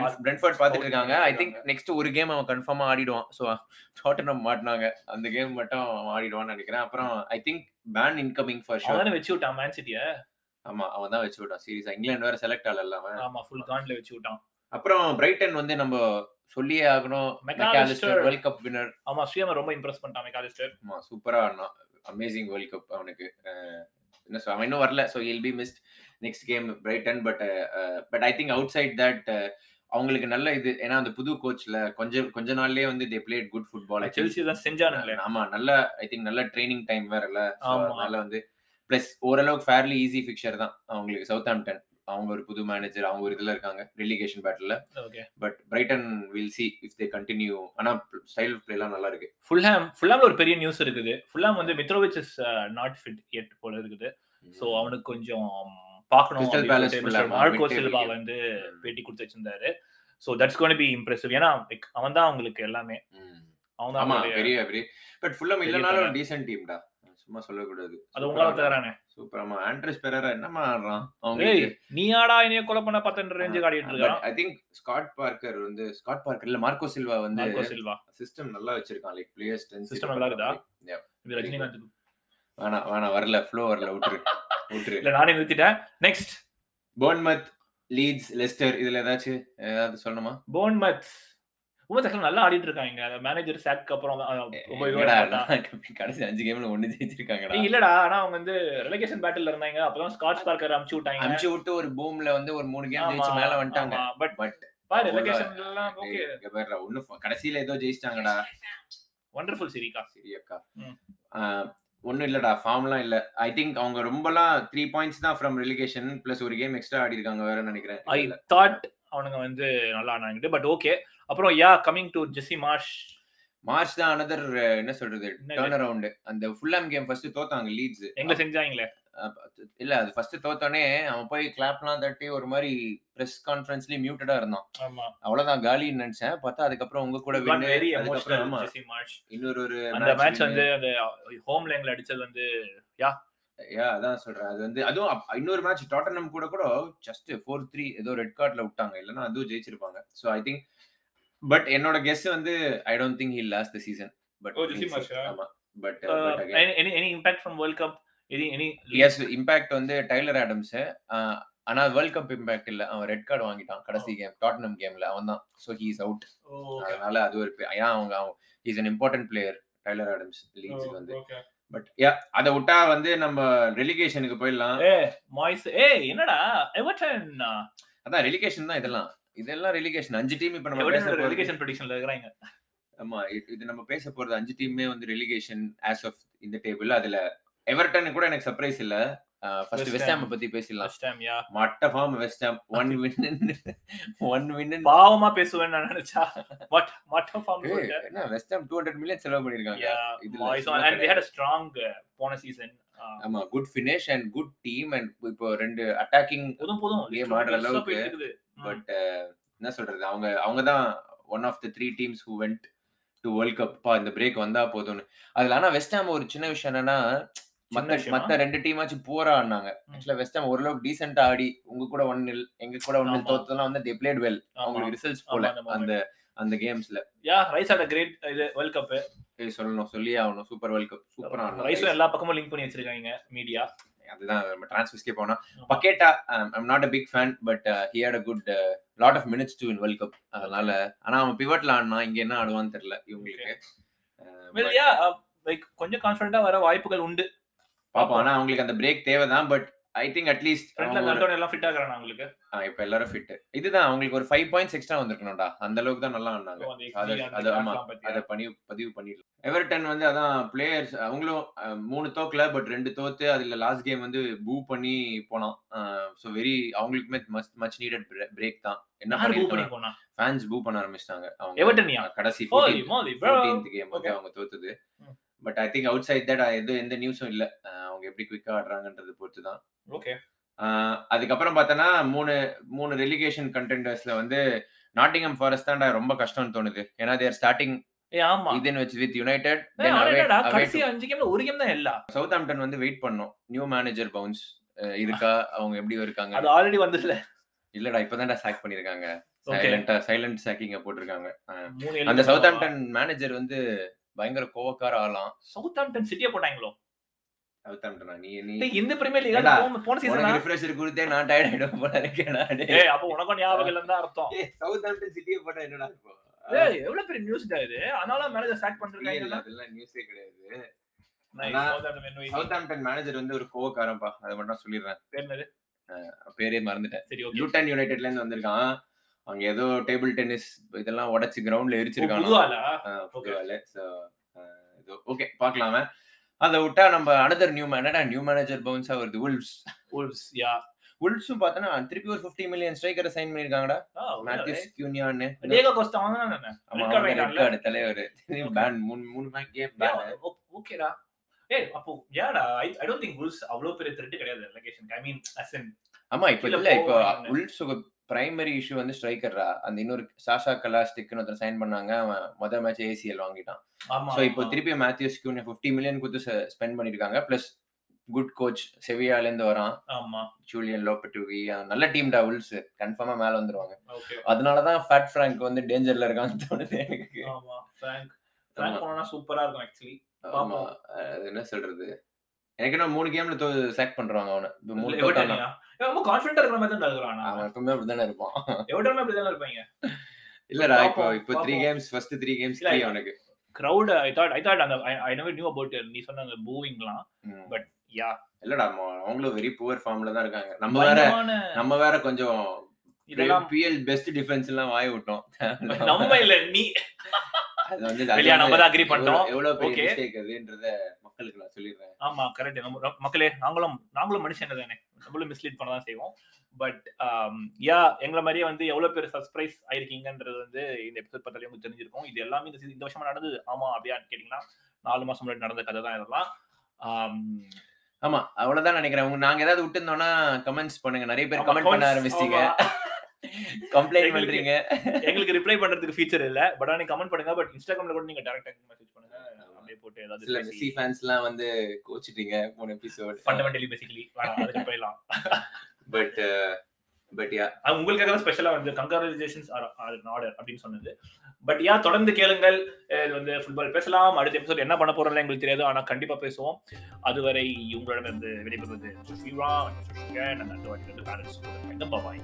Speaker 1: ஆ-
Speaker 2: பிரென்ஃபோர்ட் பாத்துட்டு
Speaker 1: out
Speaker 2: இருக்காங்க ஐ திங்க்
Speaker 1: பண்ணிருக்காங்க.
Speaker 2: நெக்ஸ்ட் ஒரு கேம் அவன் கன்ஃபார்மா ஆடிடுவான் ஸோ டாட்டனம் மாட்டினாங்க அந்த கேம் மட்டும் அவன் ஆடிடுவான்னு நினைக்கிறேன் அப்புறம் I think ban incoming for sure
Speaker 1: அவதானே வச்சு விட்டான் மேன் சிட்டிய
Speaker 2: ஆமா அவன் தான் வச்சு விட்டான் சீரியஸா இங்கிலாந்து வேற செலக்ட் ஆகல அவன்
Speaker 1: ஆமா ஃபுல் கான்ல வச்சு விட்டான்
Speaker 2: அப்புறம் பிரைட்டன் வந்து நம்ம சொல்லியே ஆகணும்
Speaker 1: McAllister.
Speaker 2: வேர்ல்ட் கப் வின்னர்
Speaker 1: ஆமா ஸ்ரீமர் ரொம்ப இம்ப்ரெஸ் பண்ணிட்டான் மெக்காலிஸ்டர்
Speaker 2: ஆமா சூப்பரா ஆடினான் அமேசிங் வேர்ல்ட் கப் அவனுக்கு அஹ், என்ன சொல் அவன் இன்னும் வரல so he'll be missed next game Brighton but but I think outside that அவங்களுக்கு நல்ல இது ஏன்னா அந்த புது கோச்ல கொஞ்சம் கொஞ்ச நாள்லயே வந்து they played good football
Speaker 1: Chelsea தான் செஞ்சானுங்களே
Speaker 2: ஆமா நல்ல ஐ திங்க் நல்ல ட்ரைனிங் டைம் வேறல So,
Speaker 1: ஆமா.
Speaker 2: அதனால வந்து பிளஸ் ஓரளவுக்கு ஃபேர்லி ஈஸி ஃபிக்சர் தான் அவங்களுக்கு சவுத் ஆம்டன் அவங்க ஒரு புது மேனேஜர் அவங்க ஒரு இதுல இருக்காங்க relegation battle
Speaker 1: okay
Speaker 2: but Brighton will see if they continue ஆனா ஸ்டைல் ஆஃப் பிளேலாம் நல்லா இருக்கு
Speaker 1: ஃபுல்ஹாம் ஃபுல்ஹாம்ல ஒரு பெரிய நியூஸ் இருக்குது ஃபுல்ஹாம் வந்து uh, Mitrovic is not fit yet போல இருக்குது சோ அவனுக்கு கொஞ்சம் பார்க்கணும்
Speaker 2: Crystal
Speaker 1: அப்படின்னு
Speaker 2: Palace
Speaker 1: சொல்லிட்டு
Speaker 2: Fulham,
Speaker 1: mister Marco
Speaker 2: mid-table
Speaker 1: Silva
Speaker 2: game.
Speaker 1: வந்து
Speaker 2: ம்,
Speaker 1: பேட்டி கொடுத்து வச்சிருந்தாரு so that's gonna be impressive ஏன்னா அவன் தான் அவங்களுக்கு எல்லாமே
Speaker 2: ம்.
Speaker 1: அவன்
Speaker 2: ஆமா
Speaker 1: தான்
Speaker 2: பெரிய பெரிய பட் ஃபுல்லம்
Speaker 1: பெரிய
Speaker 2: இல்லனாலும்
Speaker 1: தலை.
Speaker 2: டீசன்ட் டீம்டா சும்மா சொல்லக்கூடாது
Speaker 1: அது உங்களால தரானே
Speaker 2: சூப்பராமா ஆண்ட்ரஸ் பெரரா என்னமா ஆடுறான்
Speaker 1: ஏய்
Speaker 2: அவங்க
Speaker 1: நீயாடா என்னைய கொலை பண்ண பார்த்தன்ற ரேஞ்சு காட்டிட்டு இருக்கான்
Speaker 2: ஐ திங்க் ஸ்காட் பார்க்கர் வந்து ஸ்காட் பார்க்கர் இல்ல மார்க்கோ சில்வா வந்து
Speaker 1: மார்க்கோ சில்வா
Speaker 2: சிஸ்டம் நல்லா வச்சிருக்கான் லைக் பிளேயர் ஸ்ட்ரென்த்
Speaker 1: System நல்லா இருக்குதா? இது ரஜினிகாந்த்
Speaker 2: வேணா வேணா வரல ஃப்ளோ வரல விட்டுரு விட்டுரு
Speaker 1: இல்ல நானே நிறுத்திட்டேன் நெக்ஸ்ட்
Speaker 2: போர்ன்மத் லீட்ஸ் லெஸ்டர் இதுல ஏதாச்சும் ஏதாவது சொல்லணுமா
Speaker 1: போன்மத் உமன் சக்கரம் நல்லா ஆடிட்டு இருக்காங்க அந்த மேனேஜர் சாக்கு அப்புறம் தான், அஹ், ரொம்ப இதுவா
Speaker 2: என்னடா
Speaker 1: இருந்தான்.
Speaker 2: நான் கடைசி அஞ்சு கேம்ல ஒண்ணு ஜெயிச்சிருக்காங்கடா
Speaker 1: ஏய், இல்லடா ஆனா அவங்க வந்து ரெலகேஷன் பேட்டில் இருந்தாங்க அப்பதான் ஸ்காட்ச் பார்க்கர் அமுச்சு விட்டாங்க
Speaker 2: அமுச்சு விட்டு ஒரு பூம்ல வந்து ஒரு மூணு கேம் ஜெயிச்சு மேல வந்துட்டாங்க
Speaker 1: பட்
Speaker 2: But
Speaker 1: பாரு
Speaker 2: overall,
Speaker 1: relegation எல்லாம் ஓகே
Speaker 2: ஏய், இங்க பாருடா, ஒண்ணு ஃப- கடைசியில ஏதோ ஜெயிச்சிட்டாங்கடா
Speaker 1: வண்டர்ஃபுல் சீரிக்கா
Speaker 2: சரியக்கா
Speaker 1: ம்.
Speaker 2: ஒன்றும் இல்லடா ஃபார்ம்லாம் இல்ல ஐ திங்க் அவங்க ரொம்பலாம் த்ரீ பாயிண்ட்ஸ் தான் ஃப்ரம் ரிலிகேஷன் ப்ளஸ் ஒரு கேம் எக்ஸ்ட்ரா ஆடி இருக்காங்க வேற நினைக்கிறேன்
Speaker 1: ஐ
Speaker 2: இல்ல.
Speaker 1: தாட் அவனுங்க வந்து நல்லா ஆனாங்க பட் ஓகே அப்புறம் யா coming to Jesse Marsch
Speaker 2: Marsch தான் அனதர் என்ன சொல்றது
Speaker 1: என்ன
Speaker 2: டர்ன் அரவுண்ட் அந்த ஃபுல்லாம் கேம் ஃபர்ஸ்ட் தோத்தாங்க லீட்ஸ்
Speaker 1: எங்க செஞ்சாங்களே
Speaker 2: அப்ப- இல்ல அது ஃபர்ஸ்ட் தோத்தோடனே அவன் போய் கிளாப்லாம் தட்டி ஒரு மாதிரி பிரஸ் கான்ஃபரன்ஸ்லயே மியூட்டடா இருந்தான்
Speaker 1: ஆமா
Speaker 2: அவ்வளவுதான் காலின்னு நினைச்சேன் பார்த்தா அதுக்கப்புறம் உங்க கூட win.
Speaker 1: வெரி
Speaker 2: அதுக்கப்புறம்
Speaker 1: எமோஷனல்
Speaker 2: ஆமா,
Speaker 1: ஜெசி மார்ஷ்
Speaker 2: இன்னொரு ஒரு
Speaker 1: அந்த மேட்ச் வந்து அந்த uh, ஹோம் லைன்ல அடிச்சது வந்து
Speaker 2: யா அதான் சொல்றேன் அது வந்து அதுவும் அப்- இன்னொரு மேட்ச் டாட்டனம் கூட கூட ஜஸ்ட் ஃபோர் த்ரீ ஏதோ ரெட் கார்ட்ல விட்டாங்க இல்லைன்னா அதுவும் ஜெயிச்சிருப்பாங்க ஸோ ஐ திங்க் பட் என்னோட கெஸ் வந்து I don't think he lost the season but
Speaker 1: Oh, Jesse மார்ஷா?
Speaker 2: ஆமா but
Speaker 1: uh, any any impact from world cup any any
Speaker 2: எஸ் இம்பாக்ட் வந்து டைலர் ஆடம்ஸ் ஆனா வேர்ல்ட் கப் இம்பாக்ட் இல்ல அவன் red card வாங்கிட்டான்
Speaker 1: Oh.
Speaker 2: கடைசி கேம் டாட்டனம் கேம்ல அவன் தான் ஸோ ஹீ இஸ் அவுட் அதனால அது ஒரு பெ- ஏன் அவங்க is an important player Tyler Adams
Speaker 1: Oh.
Speaker 2: லீக்ஸுக்கு வந்து பட் யா அதை விட்டா வந்து நம்ம ரெலிகேஷனுக்கு போயிடலாம்
Speaker 1: ஏ மாய்ஸ் ஏ என்னடா uh, எவர்டன்
Speaker 2: அதான் ரெலிகேஷன் தான் இதெல்லாம் இதெல்லாம் ரெலிகேஷன் அஞ்சு டீம் இப்ப நம்ம பேச
Speaker 1: எவர்டன்
Speaker 2: போறது
Speaker 1: ரெலிகேஷன் ப்ரெடிக்ஷன்ல இருக்கறாங்க
Speaker 2: ஆமா இது- இது நம்ம பேச போறது அஞ்சு டீமே வந்து ரெலிகேஷன் ஆஸ் ஆஃப் இந்த டேபிள் அதுல எவர்டன் கூட எனக்கு சர்ப்ரைஸ் இல்ல ஃபர்ஸ்ட்
Speaker 1: West
Speaker 2: வெஸ்ட்
Speaker 1: Ham.
Speaker 2: பத்தி பேசிடலாம்
Speaker 1: லாஸ்ட் டைம் யா
Speaker 2: மட்ட form West <laughs> Ham one win one win
Speaker 1: பாவமா பேசுவேன்னு நான் நினைச்சா பட் மட்ட ஃபார்ம்
Speaker 2: என்ன West Ham two hundred million செலவு பண்ணிருக்காங்க இதுல சும்மா
Speaker 1: and they had strong uh, போன சீசன்
Speaker 2: ஆமா good finish and good team and இப்போ ரெண்டு அட்டாக்கிங்
Speaker 1: போதும் போதும்
Speaker 2: Game
Speaker 1: It's
Speaker 2: ஆடுற
Speaker 1: not பெருசா
Speaker 2: அளவுக்கு.
Speaker 1: போயிட்டு இருக்குது. ம்.
Speaker 2: பட் uh, என்ன சொல்றது அவங்க அவங்க தான் one of the three teams who went to world கப்பா இந்த பிரேக் வந்தா போதும்னு அதுல ஆனா வெஸ்ட் ஹாம் ஒரு சின்ன விஷயம் என்னன்னா மத்த
Speaker 1: விஷயமா? Mm.
Speaker 2: மத்த ரெண்டு டீமாச்சும் போரா ஆடினாங்க
Speaker 1: ம்.
Speaker 2: ஆக்சுவலா வெஸ்ட் ஹாம் ஓரளவுக்கு டீசென்டா ஆடி உங்க கூட ஒன் இல் எங்க கூட ஒன் இல்
Speaker 1: ஆமா.
Speaker 2: தோத்ததெல்லாம் வந்து தே பிளேட் வெல்
Speaker 1: ஆமா.
Speaker 2: அவங்களுக்கு ரிசல்ட்ஸ்
Speaker 1: ஆமா,
Speaker 2: போல
Speaker 1: அந்த moment.
Speaker 2: அந்த அந்த கேம்ஸ்ல
Speaker 1: Yeah, rice had a great, uh, இது World Cup.
Speaker 2: சொல்லணும் சொல்லி ஆகணும் சூப்பர் வேர்ல்ட் கப் சூப்பரா
Speaker 1: rice
Speaker 2: ஆடணும்
Speaker 1: எல்லா பக்கமும் link பண்ணி வச்சிருக்காங்க, media.
Speaker 2: அதுதான் நம்ம டிரான்ஸ்ஃபர்ஸ்க்கே போனா
Speaker 1: ஆமா.
Speaker 2: பக்கேட்டா I'm not a big fan but he had a good lot of minutes to in world cup அதனால ஆனா அவன் பிவட்ல ஆடினா இங்க என்ன ஆடுவான்னு தெரியல இவங்களுக்கு அஹ்,
Speaker 1: Well,
Speaker 2: but
Speaker 1: yeah, uh, like, கொஞ்சம் confident ஆ வர வாய்ப்புகள் உண்டு
Speaker 2: பாப்போம் ஆனா அவங்களுக்கு அந்த பிரேக் தேவைதான் பட் ஐ திங்க் அட்லீஸ்ட்
Speaker 1: ஃப்ரண்ட்ல தண்டோட எல்லாம் ஃபிட் ஆகுறாங்க அவங்களுக்கு
Speaker 2: இப்ப எல்லாரும் ஃபிட் இதுதான் அவங்களுக்கு ஒரு ஃபைவ் பாயிண்ட்ஸ் எக்ஸ்ட்ரா வந்திருக்கணும்டா அந்த அளவுக்கு தான் நல்லா ஆனாங்க
Speaker 1: So, அந்த
Speaker 2: அது-
Speaker 1: XG, அந்த
Speaker 2: அது- ஆமா.
Speaker 1: stats-லாம் பத்தி.
Speaker 2: அதை பதிவு பதிவு பண்ணிடலாம் எவர்டன் வந்து அதான் பிளேயர்ஸ் அவங்களும் அஹ், மூணு தோக்கல பட் ரெண்டு தோத்து அதுல லாஸ்ட் கேம் வந்து பூ பண்ணி போனான் ஸோ வெரி அவங்களுக்குமே மஸ்ட் மச் நீடட் பிரேக் தான் என்ன
Speaker 1: யாரு boo பண்ணி
Speaker 2: பண்ணிருக்காங்க
Speaker 1: போனா?
Speaker 2: ஃபேன்ஸ் பூ பண்ண ஆரம்பிச்சிட்டாங்க அவங்க
Speaker 1: எவர்டனியா?
Speaker 2: கடைசி
Speaker 1: Holy moly, Oh, bro.
Speaker 2: Fourteenth game வந்து
Speaker 1: Okay.
Speaker 2: அவங்க தோத்துது
Speaker 1: ம்.
Speaker 2: But I think outside that எது எந்த நியூஸும் இல்ல அஹ், அவங்க எப்படி குவிக்கா ஆடுறாங்கன்றது பொறுத்து தான்
Speaker 1: Okay.
Speaker 2: ஆஹ் அதுக்கப்புறம் பார்த்தோன்னா மூணு மூணு ரெலிகேஷன் கண்டெண்டர்ஸ்ல வந்து நாட்டிங்கம் ஃபாரஸ்ட் தான்டா ரொம்ப கஷ்டம்னு தோணுது ஏன்னா தேர் ஸ்டார்டிங்
Speaker 1: ஏய், ஆமா.
Speaker 2: இதுன்னு வச்சு வித் யுனைடெட்
Speaker 1: ஏய், அவன் என்னடா, கடைசி அஞ்சு கேம்ல ஒரு கேம் தான் எல்லா
Speaker 2: சவுத் ஆம்டன் வந்து வெயிட் பண்ணோம் நியூ மேனேஜர் பவுன்ஸ் இருக்கா அவங்க எப்படி
Speaker 1: அது
Speaker 2: இருக்காங்க
Speaker 1: ஆல்ரெடி வந்துல
Speaker 2: இல்லடா இப்பதான்டா சாக் பண்ணிருக்காங்க
Speaker 1: ஓகே
Speaker 2: சைலண்டா சைலண்ட் சாக்கிங்க போட்டிருக்காங்க அஹ்
Speaker 1: மூணு
Speaker 2: அந்த
Speaker 1: எழுதி
Speaker 2: சவுத் ஆம்டன் மேனேஜர் வந்து பயங்கர கோவக்கார ஆளாம்
Speaker 1: சவுத்தாம்ப்டன் சிட்டிய போட்டாங்களோ
Speaker 2: சவுத் ஆம்டனா நீ நீ
Speaker 1: டேய், இந்த பிரீமியர்
Speaker 2: ஏண்டா,
Speaker 1: லீக் போன
Speaker 2: உனக்கு
Speaker 1: சீசன்
Speaker 2: ரிஃப்ரெஷர் கொடுத்தே நான் டயர்ட் ஆயிடும் போல இருக்கேடா
Speaker 1: ஏய் அப்ப உனக்கும் ஞாபகம் இல்லன்னு தான் அர்த்தம்
Speaker 2: சவுத் ஆம்டன் சிட்டியே போட்டா என்னடா இப்போ?
Speaker 1: ஏய் எவ்வளவு பெரிய நியூஸ் இது அதனால மேனேஜர் சாக்
Speaker 2: இல்ல,
Speaker 1: பண்றாங்க
Speaker 2: அதெல்லாம் நியூஸே கிடையாது ஆனா- சவுத்
Speaker 1: சவுத்
Speaker 2: ஆம்டன் மேனேஜர் வந்து ஒரு கோவக்காரன்ப்பா அதை மட்டும் சொல்லிடுறேன்
Speaker 1: பேர்
Speaker 2: பேரே மறந்துட்டேன்
Speaker 1: சரி ஓகே
Speaker 2: யூட்டன் யுனைடெட்ல இருந்து வந்திருக்கான் அங்க ஏதோ டேபிள் டென்னிஸ் இதெல்லாம் உடைச்சு கிரவுண்ட்ல எரிச்சிருக்கான்
Speaker 1: புதுவாலா Okay.
Speaker 2: ஓகே பார்க்கலாம் அவன். அதை விட்டா நம்ம அனதர் நியூ என்னடா நியூ மேனேஜர் பவுன்ஸா வருது உல்ஸ்
Speaker 1: Wolves, yeah.
Speaker 2: உல்ஸும் பார்த்தனா திருப்பி ஒரு 50 மில்லியன் ஸ்ட்ரைக்கரை சைன் பண்ணிருக்காங்கடா
Speaker 1: ஆ, okay.
Speaker 2: மேத்யூஸ் கியூனியான்னு
Speaker 1: Diego Costa வந்தான் நானு.
Speaker 2: ஆமா
Speaker 1: Red card
Speaker 2: ரெட்
Speaker 1: வாங்கிட்டான்ல.
Speaker 2: கார்டு தலைவர் பேன் மூணு மூணு match game
Speaker 1: Yeah,
Speaker 2: ban
Speaker 1: o- okay டா. ஏய், அப்போ ஏன்டா? I- I don't think Wolves அவ்வளவு பெரிய threat கிடையாது relegation க்கு. I mean, as in,
Speaker 2: ஆமா இப்ப
Speaker 1: கீழ
Speaker 2: இல்ல இப்ப
Speaker 1: போவாங்க.
Speaker 2: உல்ஸ் பிரைமரி இஷ்யூ வந்து ஸ்ட்ரைக்கர்ரா அந்த இன்னொரு சாஷா கலாஸ்டிக்னு ஒருத்தர் சைன் பண்ணாங்க அவன் மொதல் மேட்ச் ஏசிஎல் வாங்கிட்டான்
Speaker 1: ஆமா,
Speaker 2: ஸோ இப்போ
Speaker 1: ஆமா.
Speaker 2: திருப்பி மேத்யூஸ் கியூனி ஃபிஃப்டி மில்லியன் கொடுத்து ஸ்பெண்ட் பண்ணிருக்காங்க ப்ளஸ் குட் கோச் செவியாலேருந்து வரான்
Speaker 1: ஆமா.
Speaker 2: ஜூலியன் லோபட்டுவி நல்ல டீம் டா உல்ஸ் கன்ஃபார்மா மேல வந்துருவாங்க
Speaker 1: Okay.
Speaker 2: அதனால தான் ஃபேட் ஃப்ராங்க் வந்து டேஞ்சர்ல இருக்கான்னு தோணுது எனக்கு
Speaker 1: ஆமா. Frank. Frank
Speaker 2: ஆமா.
Speaker 1: போனா சூப்பரா இருக்கும் actually.
Speaker 2: ஆமா
Speaker 1: பாப்போம்.
Speaker 2: அது என்ன சொல்றது எனக்கு என்ன மூணு கேம்ல தோ சாக் பண்றாங்க அவனை இது மூணு
Speaker 1: Everton
Speaker 2: தோத்தானா?
Speaker 1: யா? ஏய், ரொம்ப confident ஆ இருக்கிற மாதிரி தான் நடக்கிறான் ஆனா.
Speaker 2: அவன் எப்பவுமே அப்படிதானே
Speaker 1: <laughs>
Speaker 2: இருப்பான்
Speaker 1: Everton மே அப்படிதானே இருப்பாங்க.
Speaker 2: இல்லடா இப்போ
Speaker 1: பாப்போம்,
Speaker 2: இப்போ த்ரீ
Speaker 1: பாப்போம்.
Speaker 2: கேம்ஸ் ஃபர்ஸ்ட் த்ரீ கேம்ஸ்
Speaker 1: இல்ல,
Speaker 2: த்ரீ
Speaker 1: இல்ல.
Speaker 2: அவனுக்கு
Speaker 1: Crowd, I thought- I thought அந்த I- I never knew about it. நீ சொன்ன அந்த booing லாம்.
Speaker 2: ம்.
Speaker 1: But, yeah.
Speaker 2: இல்லடா அவன் அவங்களும் வெரி புவர் ஃபார்ம்ல தான் இருக்காங்க நம்ம வேற
Speaker 1: பயங்கரமான
Speaker 2: நம்ம வேற கொஞ்சம்
Speaker 1: இதெல்லாம்
Speaker 2: பிஎல் பெஸ்ட் டிஃபென்ஸ் எல்லாம் வாய் விட்டோம்
Speaker 1: நம்ம இல்ல நீ
Speaker 2: அது வந்து அது
Speaker 1: வெளியா நம்ம
Speaker 2: வந்து
Speaker 1: தான் அக்ரி பண்றோம்
Speaker 2: எவ்வளவு- எவ்வளவு பெரிய
Speaker 1: Okay.
Speaker 2: mistake அதுன்றத மக்களுக்கு நான் சொல்லிடுறேன்
Speaker 1: ஆமா கரெக்ட் நம்ம மக்களே நாங்களும் நாங்களும் மனுஷங்க தானே நம்மளும் மிஸ்லீட் பண்ண தான் செய்வோம் பட் யா எங்களை மாதிரியே வந்து எவ்வளவு பேர் சர்ப்ரைஸ் ஆயிருக்கீங்கன்றது வந்து இந்த எபிசோட் பார்த்தாலே உங்களுக்கு தெரிஞ்சிருக்கும் இது எல்லாமே இந்த season- இந்த வருஷமா நடந்தது ஆமா அப்படியான்னு கேட்டீங்கன்னா நாலு மாசம் முன்னாடி நடந்த கதை தான் இதெல்லாம் ஆம்,
Speaker 2: ஆமா அவ்வளவுதான் நினைக்கிறேன் உங்க நாங்க ஏதாவது விட்டுருந்தோம்னா கமெண்ட்ஸ் பண்ணுங்க நிறைய பேர்
Speaker 1: ஆமா,
Speaker 2: கமெண்ட் பண்ண
Speaker 1: comments,
Speaker 2: ஆரம்பிச்சிட்டீங்க
Speaker 1: ஆமா.
Speaker 2: கம்ப்ளைண்ட்
Speaker 1: எங்களுக்கு-
Speaker 2: பண்றீங்க
Speaker 1: எங்களுக்கு ரிப்ளை பண்றதுக்கு ஃபீச்சர் இல்ல பட் ஆனா கமெண்ட் பண்ணுங்க பட் இன்ஸ்டாகிராம்ல கூட நீங்க டைரக்டா மெசேஜ் பண்ணுங்க
Speaker 2: ஆமா.
Speaker 1: அப்படியே போட்டு
Speaker 2: சில மெஸ்ஸி
Speaker 1: ஏதாவது
Speaker 2: ஃபேன்ஸ் எல்லாம் வந்து கோச்சிட்டீங்க போன எபிசோட்
Speaker 1: ஃபண்டமெண்டலி பேசிக்கலி அதுக்கு போயிடலாம்
Speaker 2: பட் பட் யா
Speaker 1: அது உங்களுக்காக தான் ஸ்பெஷலா வந்து கங்க்ராச்சுலேஷன்ஸ் ஆர் ஆர்டர் அப்படின்னு சொன்னது பட் யா தொடர்ந்து கேளுங்கள் அஹ் இது வந்து ஃபுட்பால் பேசலாம் அடுத்த எபிசோட் என்ன பண்ண போறோம்ல எங்களுக்கு தெரியாது ஆனா கண்டிப்பா பேசுவோம் அதுவரை உங்களிடமிருந்து விடைபெறுவது சுஷிவா சுஷிகன் அந்த வாட்டி வந்து பேரண்ட்ஸ் பாபாய்